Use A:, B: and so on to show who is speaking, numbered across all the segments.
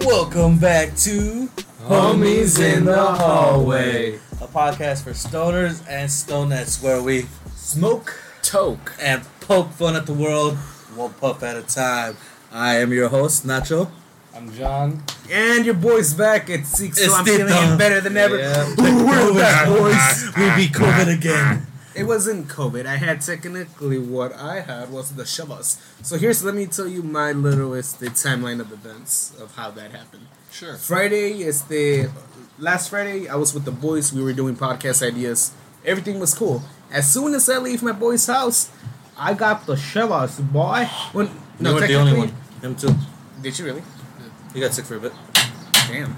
A: Welcome back to
B: Homies in the hallway.
A: a podcast for stoners and stonettes where we
B: Smoke.
C: Toke.
A: and poke fun at the world one puff at a time. I am your host, Nacho.
C: I'm John.
B: And your boy's back at six, so
A: It's
B: I'm
A: the
B: feeling
A: dog.
B: it better than ever.
C: Yeah.
B: Ooh, we're back, boys.
A: We'll be COVID again.
B: It wasn't COVID. I had technically what I had was the shovels. So here's let me tell you my littlest the timeline of events of how that happened.
C: Sure.
B: Friday is the last Friday. I was with the boys. We were doing podcast ideas. Everything was cool. As soon as I leave my boy's house, I got the shovels, boy. When, no,
A: you weren't the
B: technically-
A: only one. Him too.
B: Did you really?
A: You got sick for a bit.
B: Damn.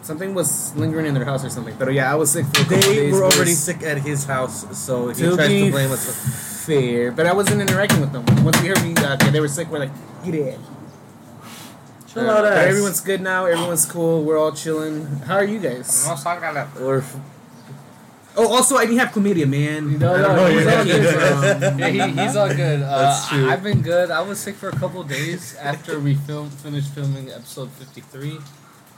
B: Something was lingering in their house or something. But yeah, I was sick for a couple
A: They
B: days,
A: were
B: but
A: already
B: it's
A: sick at his house, so if he
B: To
A: tries
B: be
A: to blame us,
B: Fair. But I wasn't interacting with them. Once we heard me, uh, okay, they were sick, we're like, get it.
A: chill out,
B: but
A: ass.
B: everyone's good now. Everyone's cool. We're all chilling. How are you guys?
A: We're
B: Oh, also, I didn't have chlamydia, man.
C: No,
B: I don't
C: no,
B: know,
C: he's
B: man.
C: all good. Yeah, he, he's all good. Uh,
A: That's true.
C: I've been good. I was sick for a couple days after we filmed, finished filming episode 53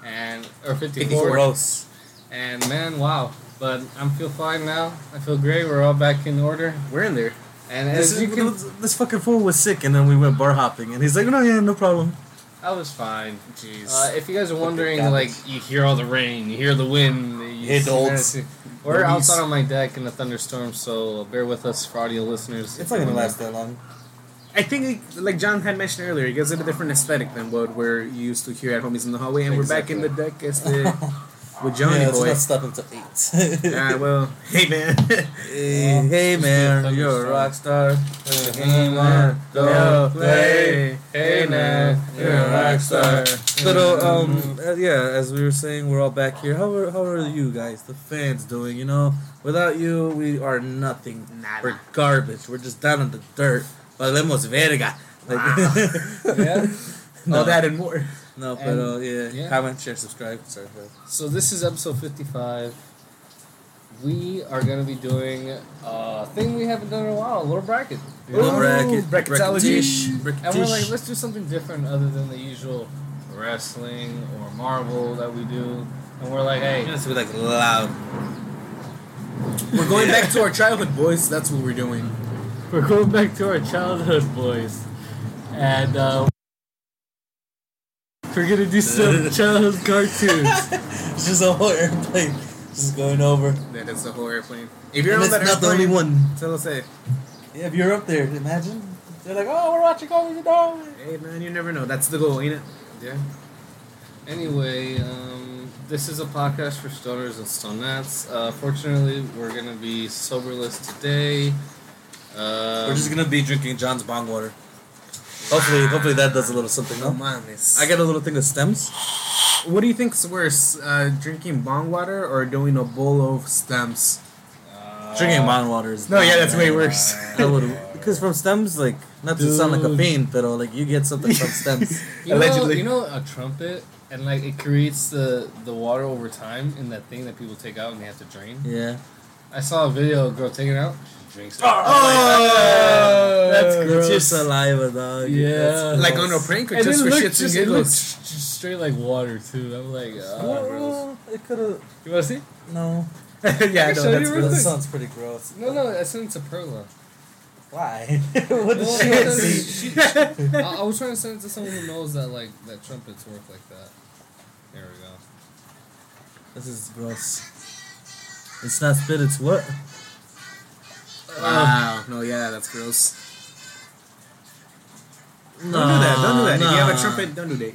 C: and or 54.
A: gross.
C: And man, wow. But I'm feel fine now. I feel great. We're all back in order.
B: We're in there.
C: And
A: This,
C: as you can,
A: this- this fucking fool was sick, and then we went bar hopping, and he's like, "No, yeah, no problem."
C: I was fine.
B: Jeez.
C: Uh, if you guys are
A: Look at
C: wondering,
A: that.
C: like you hear all the rain, you hear the wind, you
A: Hear the
C: see
A: olds.
C: that- We're
B: The bees.
C: outside on my deck in a thunderstorm, so bear with us for audio listeners.
A: It's not gonna last that long.
B: I think, like John had mentioned earlier, it gives it a different aesthetic than what we're used to here at Homies in the Hallway. And we're
C: Exactly.
B: back in the deck as the, with Johnny
A: yeah,
B: Boy.
A: let's not stop until eight.
B: Ah, well, hey, man.
A: Hey,
C: Um,
A: hey
C: just a
A: man,
C: thunderstorm.
A: you're a rock star.
C: Hey, man,
A: go
C: play. Hey, man,
A: you're a rock star. But uh, um, uh, yeah, as we were saying, we're all back here. How are how are you guys, the fans, doing? You know, without you, we are nothing.
B: Nada.
A: We're garbage. We're just down in the dirt. Valemos verga. Like,
C: Yeah.
A: no,
B: All that and more.
A: no, but
C: and-
A: uh, yeah,
C: yeah.
A: comment, share, subscribe. Sorry, but
C: So this is episode fifty-five. We are gonna be doing a thing we haven't done in a while, a little bracket. you
B: Ooh,
C: know?
A: bracket,
B: bracketology.
A: bracketish,
C: And we're
A: bracketish.
C: like, let's do something different other than the usual wrestling or Marvel that we do. And we're like, hey,
A: It's gonna be like loud.
B: We're going back to our childhood, boys. That's what we're doing.
C: We're going back to our childhood, boys, and uh, we're gonna do some childhood cartoons.
A: It's just a whole airplane just going over.
B: That is a whole airplane. If you're
A: And
B: on
A: it's
B: that
A: not the only
B: airplane,
A: one.
B: tell us, hey,
A: Yeah, if you're up there, imagine. They're like, oh, we're watching all the dog.
B: hey, man, you never know. That's the goal, ain't it?
C: yeah. Anyway, um, this is a podcast for stoners and stonettes. Uh, fortunately, we're gonna be soberless today. Uh,
A: We're just gonna be drinking John's bong water. Hopefully, hopefully that does a little something.
B: No
A: No,
B: mames.
A: I got a little thing of stems.
B: What do you think's worse, uh, drinking bong water or doing a bowl of stems?
C: uh,
A: drinking bong water is
B: No, yeah, that's way worse.
A: I would because from stems, like not to sound like a
C: Dude.
A: fiend, but uh, like you get something from stems.
C: You know,
B: Allegedly.
C: you know a trumpet, and like it creates the the water over time in that thing that people take out and they have to drain.
A: Yeah,
C: I saw a video of a girl taking it out. She drinks it.
B: Oh, that's
A: It's your
B: gross.
A: saliva, dog.
C: Yeah.
A: That's
B: like
A: gross.
B: on a prank or
C: And
B: just
C: it
B: for
C: looked-
B: shits and
C: just- it looked
B: giggles?
C: s- just straight like water too. I'm like, uh, gross.
A: Well, it could have.
C: you wanna see?
A: No,
B: yeah,
C: I can
B: no,
C: show you
B: that's
C: real
B: gross.
A: that
C: quick.
A: sounds pretty gross.
C: No, no, I sent it to Perla.
A: Why? what
C: Well,
A: does
C: no, no,
A: she see?
C: she- she- I, I was trying to send it to someone who knows that like that trumpets work like that. There we go.
A: This is gross. It's not spit, it's what?
B: Wow. No, yeah, that's gross.
A: No,
B: Don't do that. Don't do that. If you have a trumpet, don't do that.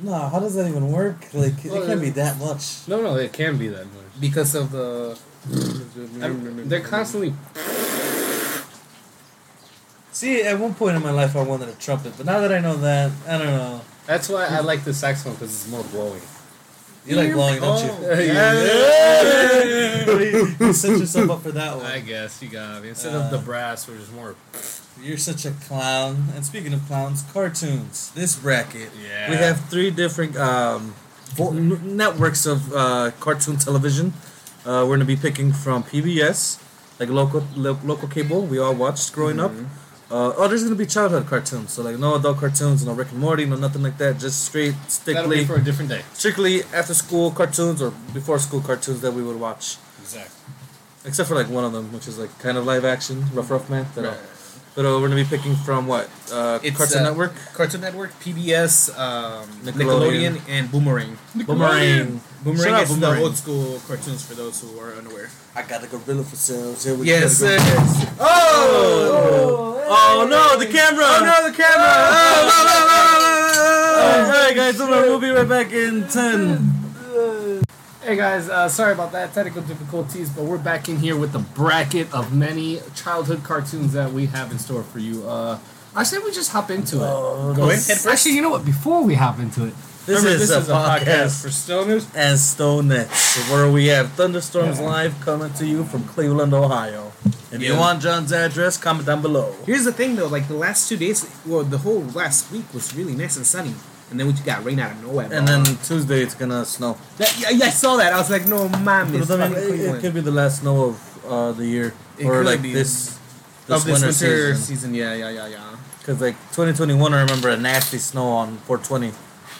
A: No, how does that even work? Like, it
C: Well,
A: can't be that much.
C: No, no, it can be that much.
B: Because of the.
C: I'm- they're constantly.
A: See, at one point in my life, I wanted a trumpet, but now that I know that, I don't know.
C: That's why I like the saxophone because it's more blowing.
A: You like blowing, don't you?
B: Oh,
C: yeah.
A: you set yourself up for that one.
C: I guess you got me. Instead
A: Uh,
C: of the brass, which is more.
A: You're such a clown. And speaking of clowns, cartoons. This bracket.
C: Yeah.
A: We have three different um, vo- n- networks of uh, cartoon television. Uh, we're gonna be picking from PBS, like local lo- local cable. We all watched growing up.
C: Mm-hmm.
A: Uh, oh, there's gonna be childhood cartoons. So like no adult cartoons, no Rick and Morty, no nothing like that. Just straight,
C: That'll
A: strictly,
C: be for a different day.
A: strictly after school cartoons or before school cartoons that we would watch.
C: Exactly.
A: Except for like one of them, which is like kind of live action, Rough Rough Man. That I'll- But uh, we're gonna be picking from what? Uh,
B: It's,
A: Cartoon
B: uh,
A: Network,
B: Cartoon Network, PBS, um,
A: Nickelodeon.
B: Nickelodeon. and Boomerang.
A: Boomerang. Shout
B: Boomerang
A: out
B: is
A: Boomerang.
B: the old school cartoons for those who are unaware.
A: I got a gorilla for sales. Here we
B: Yes,
A: go.
B: sir.
A: Oh! Oh no, the camera! Oh no, the camera! Alright, guys, so we'll be right back in 10.
B: Hey guys, uh, sorry about that technical difficulties, but we're back in here with the bracket of many childhood cartoons that we have in store for you. Uh, I say we just hop into it.
A: Go
B: Let's-
A: ahead first.
B: Actually, you know what? Before we hop into it,
A: This
C: Remember,
A: is
C: this
A: a
C: is a
A: podcast
C: for stoners.
A: and Stonets, where we have Thunderstorms Live coming to you from Cleveland, Ohio. If you
B: Yeah.
A: want John's address, comment down below.
B: Here's the thing though, like the last two days, well, the whole last week was really nice and sunny, and then we just got rain out of nowhere.
A: And then Tuesday, it's gonna snow.
B: that, yeah, yeah, I saw that. I was like, no, man,
A: But
B: it's
A: I mean, it,
B: fucking
A: it
B: Cleveland.
A: could be the last snow of uh, the year,
B: It
A: or
B: could
A: like
B: be.
A: this this,
B: Of this
A: winter,
B: winter
A: season.
B: season, yeah, yeah, yeah, yeah.
A: Because like 2021, I remember a nasty snow on 420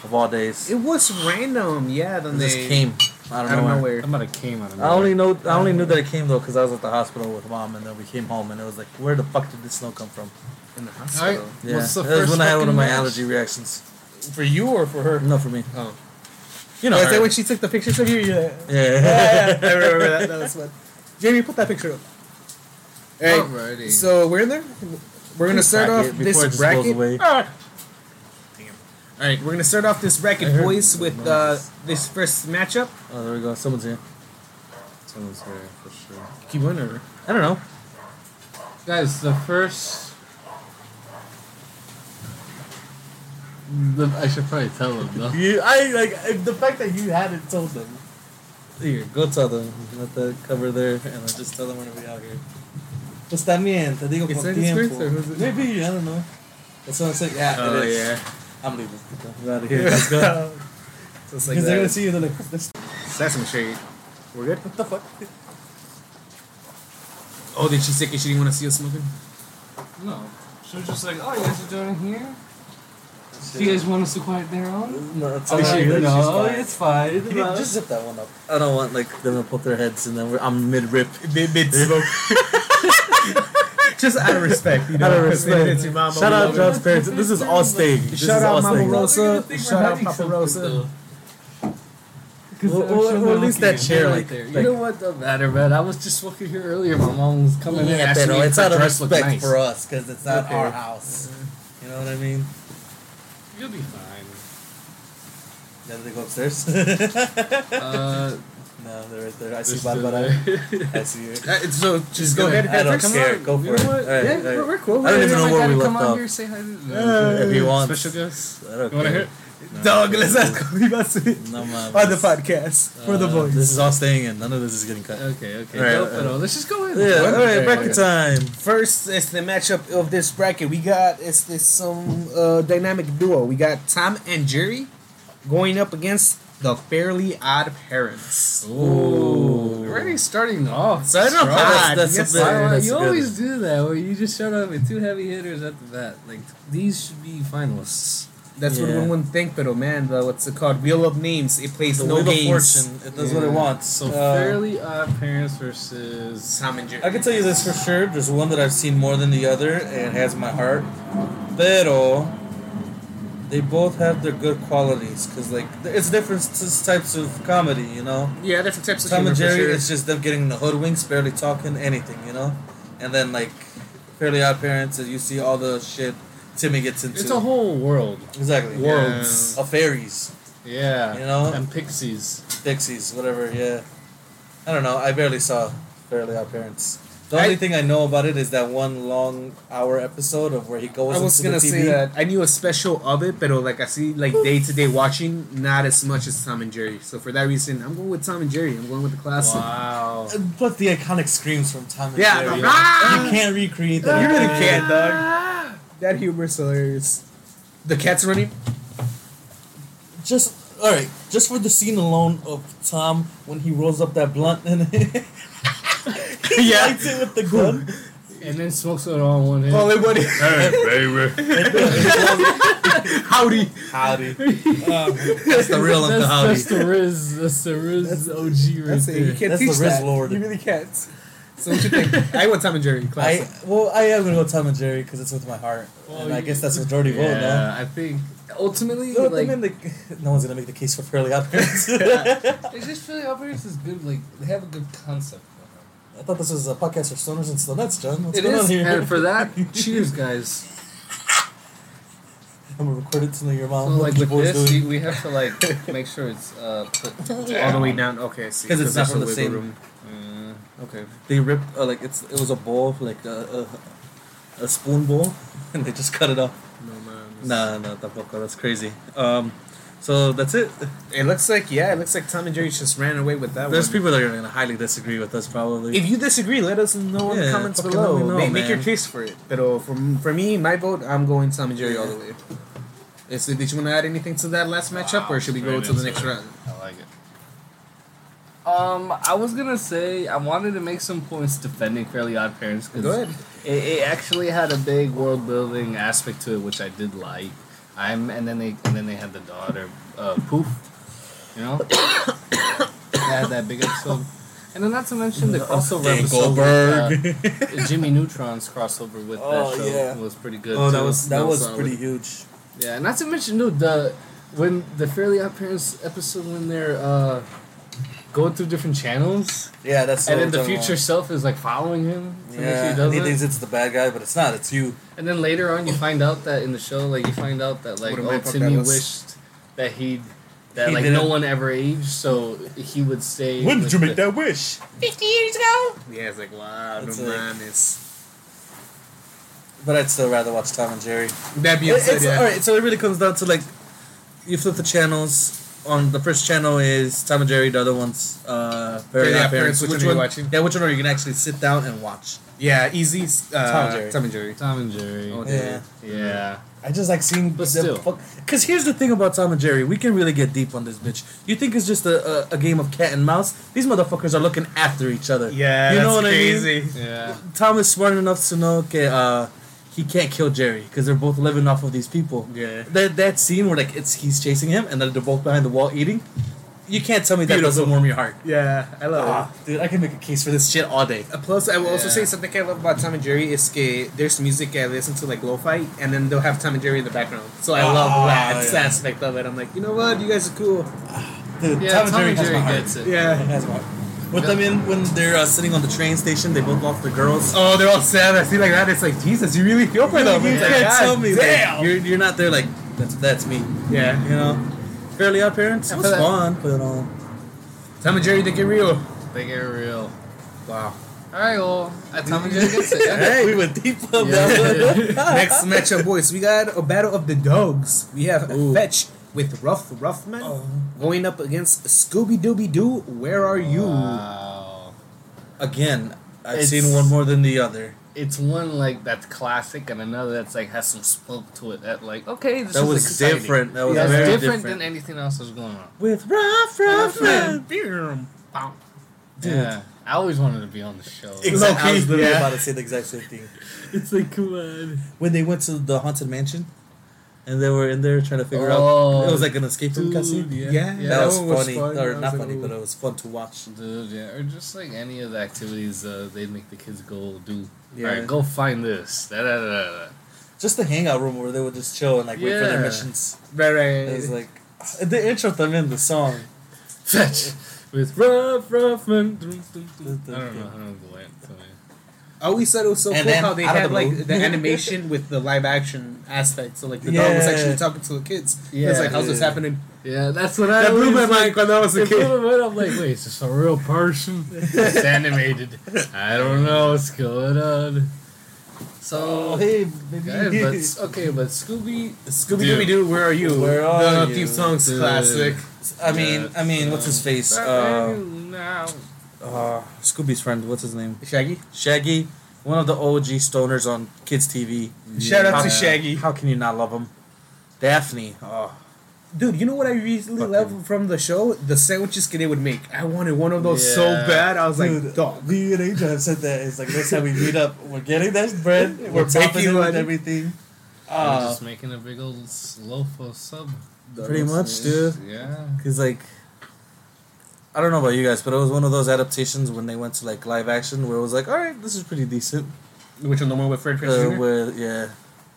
A: of all days.
B: It was random, yeah. Then
A: It
B: they
A: just came out of
B: out of
A: nowhere.
B: nowhere.
C: Somebody came out of
A: I only know I only knew that it came though because I was at the hospital with mom, and then we came home, and it was like, where the fuck did this snow come from?
B: in the
C: All right.
B: hospital.
A: Yeah,
C: What's the
A: that was
C: first
A: when I had one of
C: fucking
A: my
C: match?
A: allergy reactions.
C: For you or for her?
A: Not for me.
B: Oh,
A: You know.
B: is that
A: her.
B: when she took the pictures of you? Yeah,
A: yeah.
B: I remember that. That was fun. Jamie, put that picture up. Hey,
C: Alrighty.
B: so we're in there. We're gonna start
A: Bracket
B: off
A: before it
B: this
A: just goes
B: bracket.
A: away.
B: Ah. All right, we're gonna start off this
A: I
B: bracket,
A: heard
B: boys,
A: the
B: with uh,
A: noises.
B: this first matchup.
A: Oh, there we go. Someone's here.
C: Someone's here for sure.
B: Keep winner.
A: I don't know.
C: Guys, the first. The, I should probably tell them though.
A: You, I like the fact that you hadn't told them. Here, go tell them. Let the cover there, and then just tell them we're gonna be out here. Pues también, te digo
B: Is
A: con
B: that his
A: tiempo.
B: first or who's it?
A: Maybe I don't know. That's what I'm saying. Yeah,
B: Oh,
A: it is.
B: yeah.
A: I'm leaving. I'm out of here. Let's go.
B: Just like
A: Because they're gonna
B: that.
A: see you. They're like, "This-
B: That's some shade. We're good.
A: what the fuck?
B: Oh, did she sick and she didn't want to see us smoking?
C: No. She was just like, oh, you guys are doing it here? Do you guys want us to quiet their own?
A: No, it's
C: Oh,
A: alright.
C: she-
A: She's
C: no,
A: fine.
C: it's fine.
A: You need to just zip that one up. I don't want like them to put their heads and then we're, I'm mid rip. Mid mid smoke.
B: Just out of respect, you know.
A: Out of
B: 'cause they
A: respect.
B: did it to Mama
A: Shout out
B: Rosa.
A: John's parents. This is all staged. This
B: Shout
A: is
B: out
A: all
B: Mama
A: staged.
B: Rosa. Shout out Papa Rosa.
A: Well, well, well, at least that chair, like-
C: you
A: like-
C: know what? Don't matter, man. I was just walking here earlier. My mom was coming in.
A: Yeah,
C: asking
A: pero
C: me
A: it's
C: if her
A: out of
C: dress looked
A: respect
C: nice.
A: for us because it's not
C: Okay.
A: our house. You know what I mean?
C: You'll be fine.
A: Now they go upstairs. no,
C: Uh,
A: they're right there. I see
C: there's
A: Barbara.
C: still-
A: I see her.
B: Uh, it's- so just go
A: gonna-
B: ahead.
A: I don't
B: head first.
A: care. Go
C: You
A: for it.
C: know what?
A: All right,
C: yeah,
A: all right.
C: We're, we're cool.
A: I don't even
C: Yeah,
A: know
C: my
A: where
C: dad
A: we
C: will
A: left
C: come
A: off.
C: Here, say hi.
A: If he wants.
C: Special guests.
A: I don't
C: You want to
A: care.
C: hear? it?
B: Dog, let's ask Kobe about it
A: No, man.
B: on the podcast for the
A: Uh,
B: boys.
A: This is all staying in. None of this is getting cut.
C: Okay, okay.
A: All
C: no,
A: right,
C: no, let's just go in.
A: Yeah,
B: What?
A: all right,
B: Okay,
A: bracket
B: okay.
A: time.
B: First is the matchup of this bracket. We got it's this some uh, dynamic duo. We got Tom and Jerry going up against the Fairly Odd Parents.
C: We're already starting off.
B: So I don't know
C: strong.
B: how
A: That's, that's
B: yes,
A: a bit.
C: Why-
A: that's a
C: you
A: good-
C: always do that where you just start off with two heavy hitters at the bat. Like these should be finalists.
B: That's what
A: Yeah.
B: one would think, but oh man, the, what's it called? Wheel of Names. It plays
A: the
B: no
A: wheel of
B: games.
A: fortune. It does what it
C: Yeah.
A: wants.
C: So
A: Uh,
C: fairly odd parents versus
B: Tom and Jerry.
A: I can tell you this for sure. There's one that I've seen more than the other, and has my heart. Pero they both have their good qualities, cause like it's different s- types of comedy, you know.
B: Yeah, different types of
A: Tom and
B: humor for
A: Jerry,
B: sure.
A: it's just them getting in the hoodwinks, barely talking anything, you know. And then like Fairly Odd Parents, and you see all the shit Timmy gets into.
C: it's a whole world.
A: exactly
C: Worlds.
A: of fairies,
C: Yeah.
A: You know?
C: And pixies.
A: Dixies, whatever. Yeah, I don't know. I barely saw Fairly Odd Parents. The
B: I-
A: only thing I know about it is that one long hour episode of where he goes
B: I was
A: into
B: gonna
A: the TV.
B: say that I knew a special of it, but like I see like day to day watching, not as much as Tom and Jerry. So for that reason, I'm going with Tom and Jerry. I'm going with the classic.
C: Wow.
A: Uh, But the iconic screams from Tom and
B: Yeah,
A: Jerry.
B: ah!
A: You can't recreate that.
B: You really can't,
A: dog.
B: dog. That humor is hilarious. The cat's running.
A: Just all right. Just for the scene alone of Tom when he rolls up that blunt and he
B: Yeah.
A: lights it with the gun.
D: and then smokes it all in one hand.
B: Call it what it-
E: Hey, baby.
B: Howdy.
A: Howdy. Um, that's the real Uncle
D: that's,
A: Howdy.
D: that's the Riz. That's the Riz OG right
B: That's it. You
D: there.
B: can't
A: That's
B: teach
A: the
B: that.
A: Riz Lord.
B: You really can't. So what you think? I want Tom and Jerry.
A: I
B: Classic.
A: well, I am gonna go Tom and Jerry because it's with my heart,
C: Oh,
A: and I guess that's majority vote. No,
C: I think ultimately,
A: no, I
C: like,
A: mean, the- no one's gonna make the case for fairly operates.
C: it's just Philly operators is good. Like, they have a good concept. for
A: I thought this was a podcast for stoners and stonettes, John. What's
C: it. It
A: going
C: is,
A: on here?
C: and for that, cheers, guys.
A: I'm gonna record it to your
C: So,
A: mom.
C: like,
A: What
C: with
A: your boys
C: this, we,
A: doing.
C: we have to like make sure it's uh put
B: All the
C: down.
B: way down. Okay, I see.
A: 'Cause it's not
B: there's
A: from
B: a
A: the
B: wiggle
A: same-
C: Mm,
B: Okay.
A: they ripped uh, like it's it was a bowl like a, a a spoon bowl, and they just cut it off.
B: No man.
A: Nah, no, tampoco. That's crazy. Um, so that's it.
B: It looks like yeah. It looks like Tom and Jerry just ran away with that.
A: There's
B: one.
A: people that are gonna highly disagree with us probably.
B: If you disagree, let us know in the
A: Yeah,
B: comments
A: fucking
B: below.
A: let me know,
B: make, make your
A: man.
B: case for it. But uh, for, for me, my vote, I'm going Tom and Jerry all the way. Uh, So did you want to add anything to that last matchup, or should we go
E: Right
B: to the
E: into
B: next
E: it.
B: round?
E: I like it.
C: Um, I was gonna say I wanted to make some points defending Fairly Odd Parents
B: Go ahead.
C: because it, it actually had a big world building aspect to it, which I did like. I'm and then they and then they had the daughter uh, poof, you know. they had that big episode, and then not to mention
A: Oh,
C: the crossover
A: Dan
C: episode
A: Goldberg.
C: with uh, Jimmy Neutron's crossover with
A: Oh,
C: that show
A: yeah.
C: was pretty good.
A: oh, that
C: too.
A: was that,
B: that
A: was
B: was solid.
A: pretty huge.
C: Yeah, not to mention, dude, the when the Fairly Odd Parents episode when they're uh, going through different channels,
A: Yeah, that's.
C: and
A: what
C: then the
A: I'm talking
C: future self is like following him.
A: about.
C: To make sure he
A: Yeah,
C: does
A: he
C: it.
A: thinks it's the bad guy, but it's not. It's you.
C: And then later on, you find out that in the show, like you find out that like
B: What am I
C: oh,
B: fuck
C: Timmy
B: that was?
C: wished that he that
A: He
C: like no
A: didn't-
C: one ever aged, so he would stay. with the-
A: that wish?
B: Yeah, it's like wow,
A: It's
B: no
A: like-
B: mames.
A: But I'd still rather watch Tom and Jerry.
B: That being
A: It-
B: said,
A: it's-
B: yeah.
A: all right. So it really comes down to like, you flip the channels. On the first channel is Tom and Jerry. The other one's uh, Fairly
B: Fairly
A: Odd
B: Odd Parents, which one are you watching?
A: Yeah, which one are you gonna actually sit down and watch?
B: Yeah, easy. Uh,
A: Tom and Jerry.
B: Tom and Jerry.
C: Tom and Jerry.
B: Oh,
A: Yeah.
C: yeah.
A: I just like seeing
C: But
A: the
C: still.
A: fuck. Because here's the thing about Tom and Jerry, we can really get deep on this bitch. You think it's just a, a, a game of cat and mouse? These motherfuckers are looking after each other.
B: Yeah,
A: you know
B: that's
A: what
B: crazy.
C: Yeah.
A: I mean. Tom is smart enough to know, okay, uh, he can't kill Jerry because they're both living off of these people.
B: Yeah.
A: That that scene where like it's he's chasing him and then they're both behind the wall eating. You can't tell me that doesn't warm your heart.
B: Yeah, I love it.
A: Ah, dude, I can make a case for this shit all day.
B: Uh, Plus, I will also
C: Yeah.
B: say something I love about Tom and Jerry is que there's music I listen to like lo-fi, and then they'll have Tom and Jerry in the background. So I
A: Ah,
B: love that
A: yeah.
B: aspect of it. I'm like, you know what, you guys are cool.
A: Dude,
C: Yeah,
A: Tom, and Jerry, has my heart.
C: gets it.
A: It
B: Yeah.
A: has my heart. With them in when they're uh, sitting on the train station, they both lost the girls.
B: Oh, they're all sad. I see like that. It's like Jesus, you really feel for them.
A: You
B: It's like,
A: can't
B: God
A: tell me like,
B: damn.
A: you're, you're not there like that's that's me.
B: yeah.
A: You know, Fairly Odd Parents. It
C: And
A: was
C: for that-
A: fun, but um,
B: Tom and Jerry, they get real.
C: They get real.
B: Wow.
C: All right, well, uh, Tom and Jerry gets it. Yeah.
A: we went deep on
C: Yeah.
A: that one.
B: Next matchup, boys. We got a battle of the dogs. We have
A: Ooh.
B: Fetch with Rough Rough Man
A: Oh.
B: going up against Scooby Dooby Doo. Where are you?
C: Wow.
A: Again, I've
C: It's-
A: seen one more than the other.
C: It's one like that's classic, and another that's like has some smoke to it. That like okay, this
A: That
C: is
A: was
C: exciting.
A: different. That was
C: That's
A: very
C: different,
A: different.
C: than anything else that's going on.
A: With Rough Rough Man. Dude.
C: Yeah, I always wanted to be on the show.
A: Exactly. I was literally
B: Yeah.
A: about to say the exact same thing.
D: It's like, come on.
A: When they went to the haunted mansion, and they were in there trying to figure out.
C: Oh,
A: It was like an escape room
D: Dude,
A: casino.
D: yeah.
C: Yeah,
A: That
C: that
A: was
B: one
A: funny,
B: fun. I
A: or
B: was
A: not
B: like,
A: funny,
B: ooh.
A: but it was fun to watch.
C: Dude, yeah, or just like any of the activities uh, they make the kids go do.
A: Yeah.
C: Yeah. All right, go find this. Da, da, da, da.
A: Just the hangout room where they would just chill and like wait for their
C: Yeah.
A: missions.
B: Right, right.
A: It was like the intro them in the song.
C: Fetch with rough, rough man. Dum, dum, dum. I don't know. I don't know the way. So, yeah.
B: I always thought Oh, it was so
A: And
B: cool
A: then
B: how they
A: out of
B: had
A: the blue.
B: like the animation with the live action aspect. So like the dog was
A: Yeah.
B: actually talking to the kids. Yeah, it's
C: Yeah,
B: like how's this
A: yeah.
B: happening?
C: yeah, that's what I.
B: that blew
C: always,
B: my mind
C: like,
B: when I was a
C: It
B: kid.
C: blew my mind. I'm like, wait, is this a real person? it's animated. I don't know what's going on. So,
A: Oh, hey,
C: guys, but okay, but Scooby.
B: Scooby Dooby Doo, where are you?
A: Where
B: the
A: are
B: theme
A: you?
B: song's
C: Dude.
B: classic.
A: I mean, I mean,
C: Yeah.
A: what's his face?
C: Where are
A: Uh,
C: you now?
A: uh, Scooby's friend. What's his name?
B: Shaggy.
A: Shaggy, one of the OG stoners on kids TV.
B: Shout out
A: Yeah.
B: to Shaggy.
A: How can you not love him? Daphne. Oh,
B: Dude, you know what I recently
C: Fucking-
B: loved from the show? The sandwiches Kid would make. I wanted one of those so
C: Yeah.
B: bad. I was
A: Dude,
B: like, dog.
A: me and Angel have said that. It's like next time we meet up, we're getting that bread, we're,
B: We're
A: popping
B: taking
A: it
B: one.
A: with everything.
C: I'm
A: Uh,
C: just making a big old s- loaf of sub.
A: pretty much, dude.
C: Yeah.
A: Cause like, I don't know about you guys, but it was one of those adaptations when they went to like live action where it was like, all right, this is pretty decent.
B: Which one? The one with Fred Prinze
A: Uh,
B: Jr.?
A: where yeah,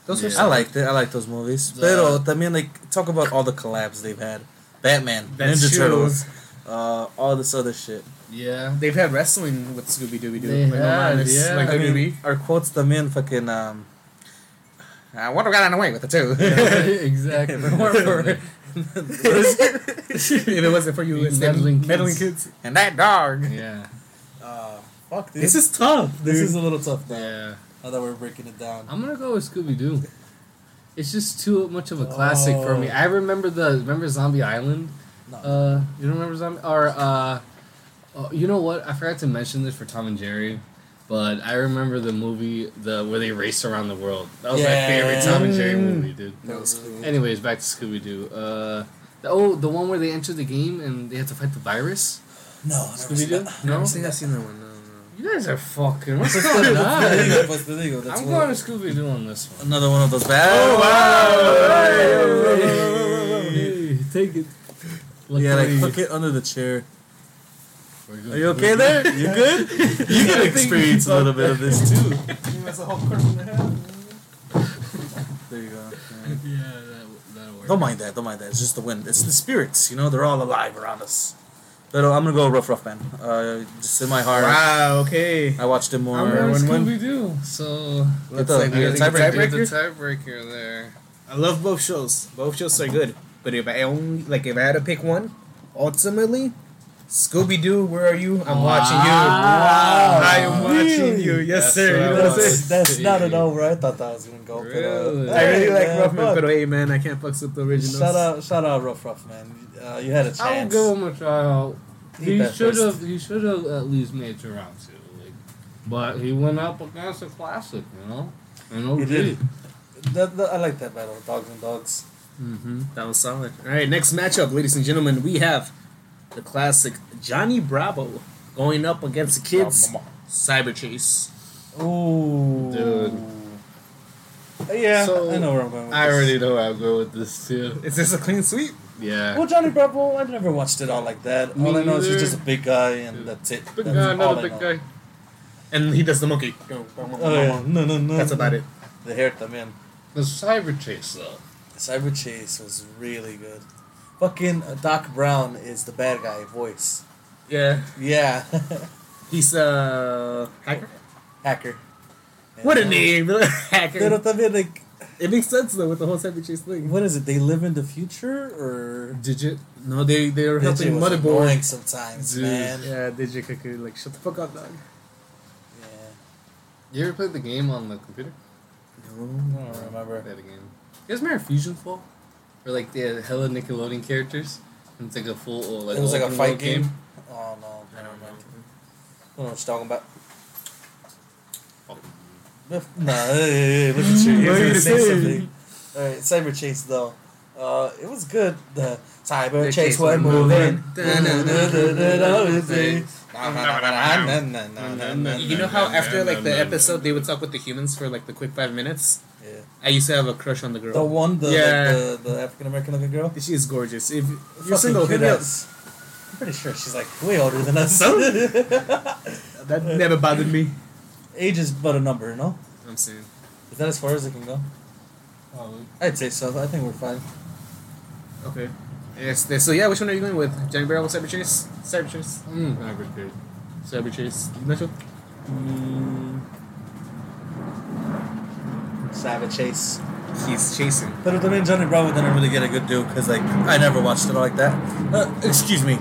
B: Those
C: Yeah.
B: were
A: I liked it. I like those movies.
C: The-
A: Pero también like talk about all the collabs they've had. Batman,
B: That's
A: Ninja
B: true.
A: Turtles, uh, all this other shit.
C: Yeah.
B: They've had wrestling with Scooby Dooby Doo.
C: They
B: Like, no
C: had,
B: minus,
C: yeah.
B: Like, E.
A: I
B: WWE.
A: mean, our quotes también fucking um.
B: I wonder what got away with the two.
C: exactly.
B: if it wasn't for you,
C: You
B: it's
C: meddling
B: meddling,
C: kids.
B: meddling kids. And that dog.
C: yeah.
A: Uh, fuck
B: This is tough. Dude.
A: This is a little tough now.
C: Yeah.
A: Now that we're breaking it down.
C: I'm gonna go with Scooby Doo. It's just too much of a classic for me.
A: Oh.
C: I remember the remember Zombie Island.
A: No.
C: Uh, you don't remember Zombie or uh, oh, you know what? I forgot to mention this for Tom and Jerry, but I remember the movie the where they race around the world. That was my favorite
A: Yeah.
C: Tom and Jerry
B: Mm.
C: movie, dude.
B: That was cool.
C: Anyways, back to Scooby Doo. Uh, the, oh, the one where they enter the game and they have to fight the virus.
A: no,
C: Scooby Doo.
B: I
C: No,
B: don't think I've seen that one. No, no.
C: you guys are fucking. What's going on? I'm
A: I'm
C: going to Scooby Doo on this one.
A: Another one of those bad. Oh,
D: Hey, take it.
C: Look
A: Yeah,
C: at
A: like
C: you.
A: fuck it under the chair.
C: We're good.
A: Are you okay there? You good? You can experience a little bit of this too.
B: That's a whole person to have.
A: There you go. Yeah.
C: Yeah, that, that'll work.
A: Don't mind that. Don't mind that. It's just the wind. It's the spirits. You know, they're all alive around us. But uh, I'm gonna go rough, rough man. Uh, just in my heart.
B: Wow, okay.
A: I watched it more.
B: I'm gonna-
A: Get
B: One, one.
C: Doo. So
A: the-
B: Looks like we
A: get
B: got
A: the
B: the
A: tiebreaker.
C: there's
B: tiebreaker.
C: a tiebreaker there.
B: I love both shows. Both shows are good. But if I only like if I had to pick one, ultimately, Scooby Doo, where are you? I'm watching you.
A: Wow.
B: I am watching
A: Really?
B: you. Yes,
C: That's
B: sir.
C: what I
B: That's it.
C: wanted.
A: That's, that's not
C: Shitty.
A: an over. I thought that was gonna go.
C: Really?
A: But, uh,
B: I really
A: hey,
B: like
A: man,
B: Ruffman,
A: fuck.
B: but hey man, I can't fuck with the originals.
A: Shout out, shout out, rough, rough man. Uh, you had a chance.
C: I will give him a tryout.
A: He
C: He
A: bet
C: should have.
A: first.
C: He should have at least made it to round two. Like, but he went up against a classic, you know. And OG.
A: He did. That- that- I like that battle, dogs and dogs.
C: Mm-hmm.
B: That was solid. All right, next matchup, ladies and gentlemen, we have the classic Johnny Bravo going up against the kids. Cyber Chase.
A: Ooh,
C: Dude.
A: Uh, Yeah,
C: So,
A: I know where I'm going. With
C: I
A: this.
C: already know I'll go with this too.
B: Is this a clean sweep?
C: Yeah.
A: Well, Johnny Bravo, I've never watched it all like that.
C: Me
A: all I know is
C: neither.
A: he's just a big guy, and that's it.
C: Big
A: That's
C: guy,
A: all I
C: another big
A: know.
C: guy.
B: And he does the monkey.
A: Oh, yeah. No, no, no.
B: That's about it.
A: The hair también.
C: The cyber chase though.
A: Cyber Chase was really good. Fucking uh, Doc Brown is the bad guy voice.
B: Yeah.
A: Yeah,
B: He's a hacker.
A: hacker. And,
B: What a
A: uh,
B: name,
A: Pero
B: hacker.
A: también, like,
B: It makes sense though with the whole Cyber Chase thing.
A: what is it? They live in the future, or
B: Digit? No, they they were
A: Digit
B: helping
A: was
B: Motherboard.
A: annoying sometimes,
C: Dude.
A: man. Yeah.
B: Yeah, Digit could like shut the fuck up, dog.
C: You ever played the game on the computer?
A: I
B: No.
A: don't remember.
C: Play the game. You guys remember Fusion Fall? Where like they had hella Nickelodeon characters. And it's like a full oh, like
A: it was like a
C: open
A: fight
C: world
A: game. Oh no,
C: I don't
A: I
C: know.
A: don't know what you're talking about. Oh.
C: Fuck.
A: Nah, hey, hey, hey, look at you. You're
B: What are
A: gonna
B: you
A: say something.
B: saying?
A: All right, Cyber Chase though. Uh, it was good. The Cyber
B: The
A: Chase
B: chase
A: was
B: was
A: moving.
B: moving. You know how after like the episode they would talk with the humans for like the quick five minutes?
A: Yeah.
B: I used to have a crush on the girl.
A: The one, the
B: Yeah.
A: like, the, the African American looking girl.
B: She is gorgeous. If
A: Fucking
B: you're single, hit
A: cute
B: me up.
A: ass. I'm pretty sure she's like way older than us.
B: That never bothered me.
A: Age is but a number, no?
B: I'm saying.
A: Is that as far as it can go?
C: Probably.
A: I'd say so. I think we're fine.
B: Oh, Okay. Yes. there- So yeah, which one are you going with? Johnny Barrel with Cyber Chase? Cyber Chase.
C: Mm, I appreciate it.
B: Cyber Chase. Nacho? Mm.
A: Savage Chase.
B: He's chasing.
A: But I mean, Johnny Bravo didn't really get a good do because, like, I never watched it like that. Uh, excuse me.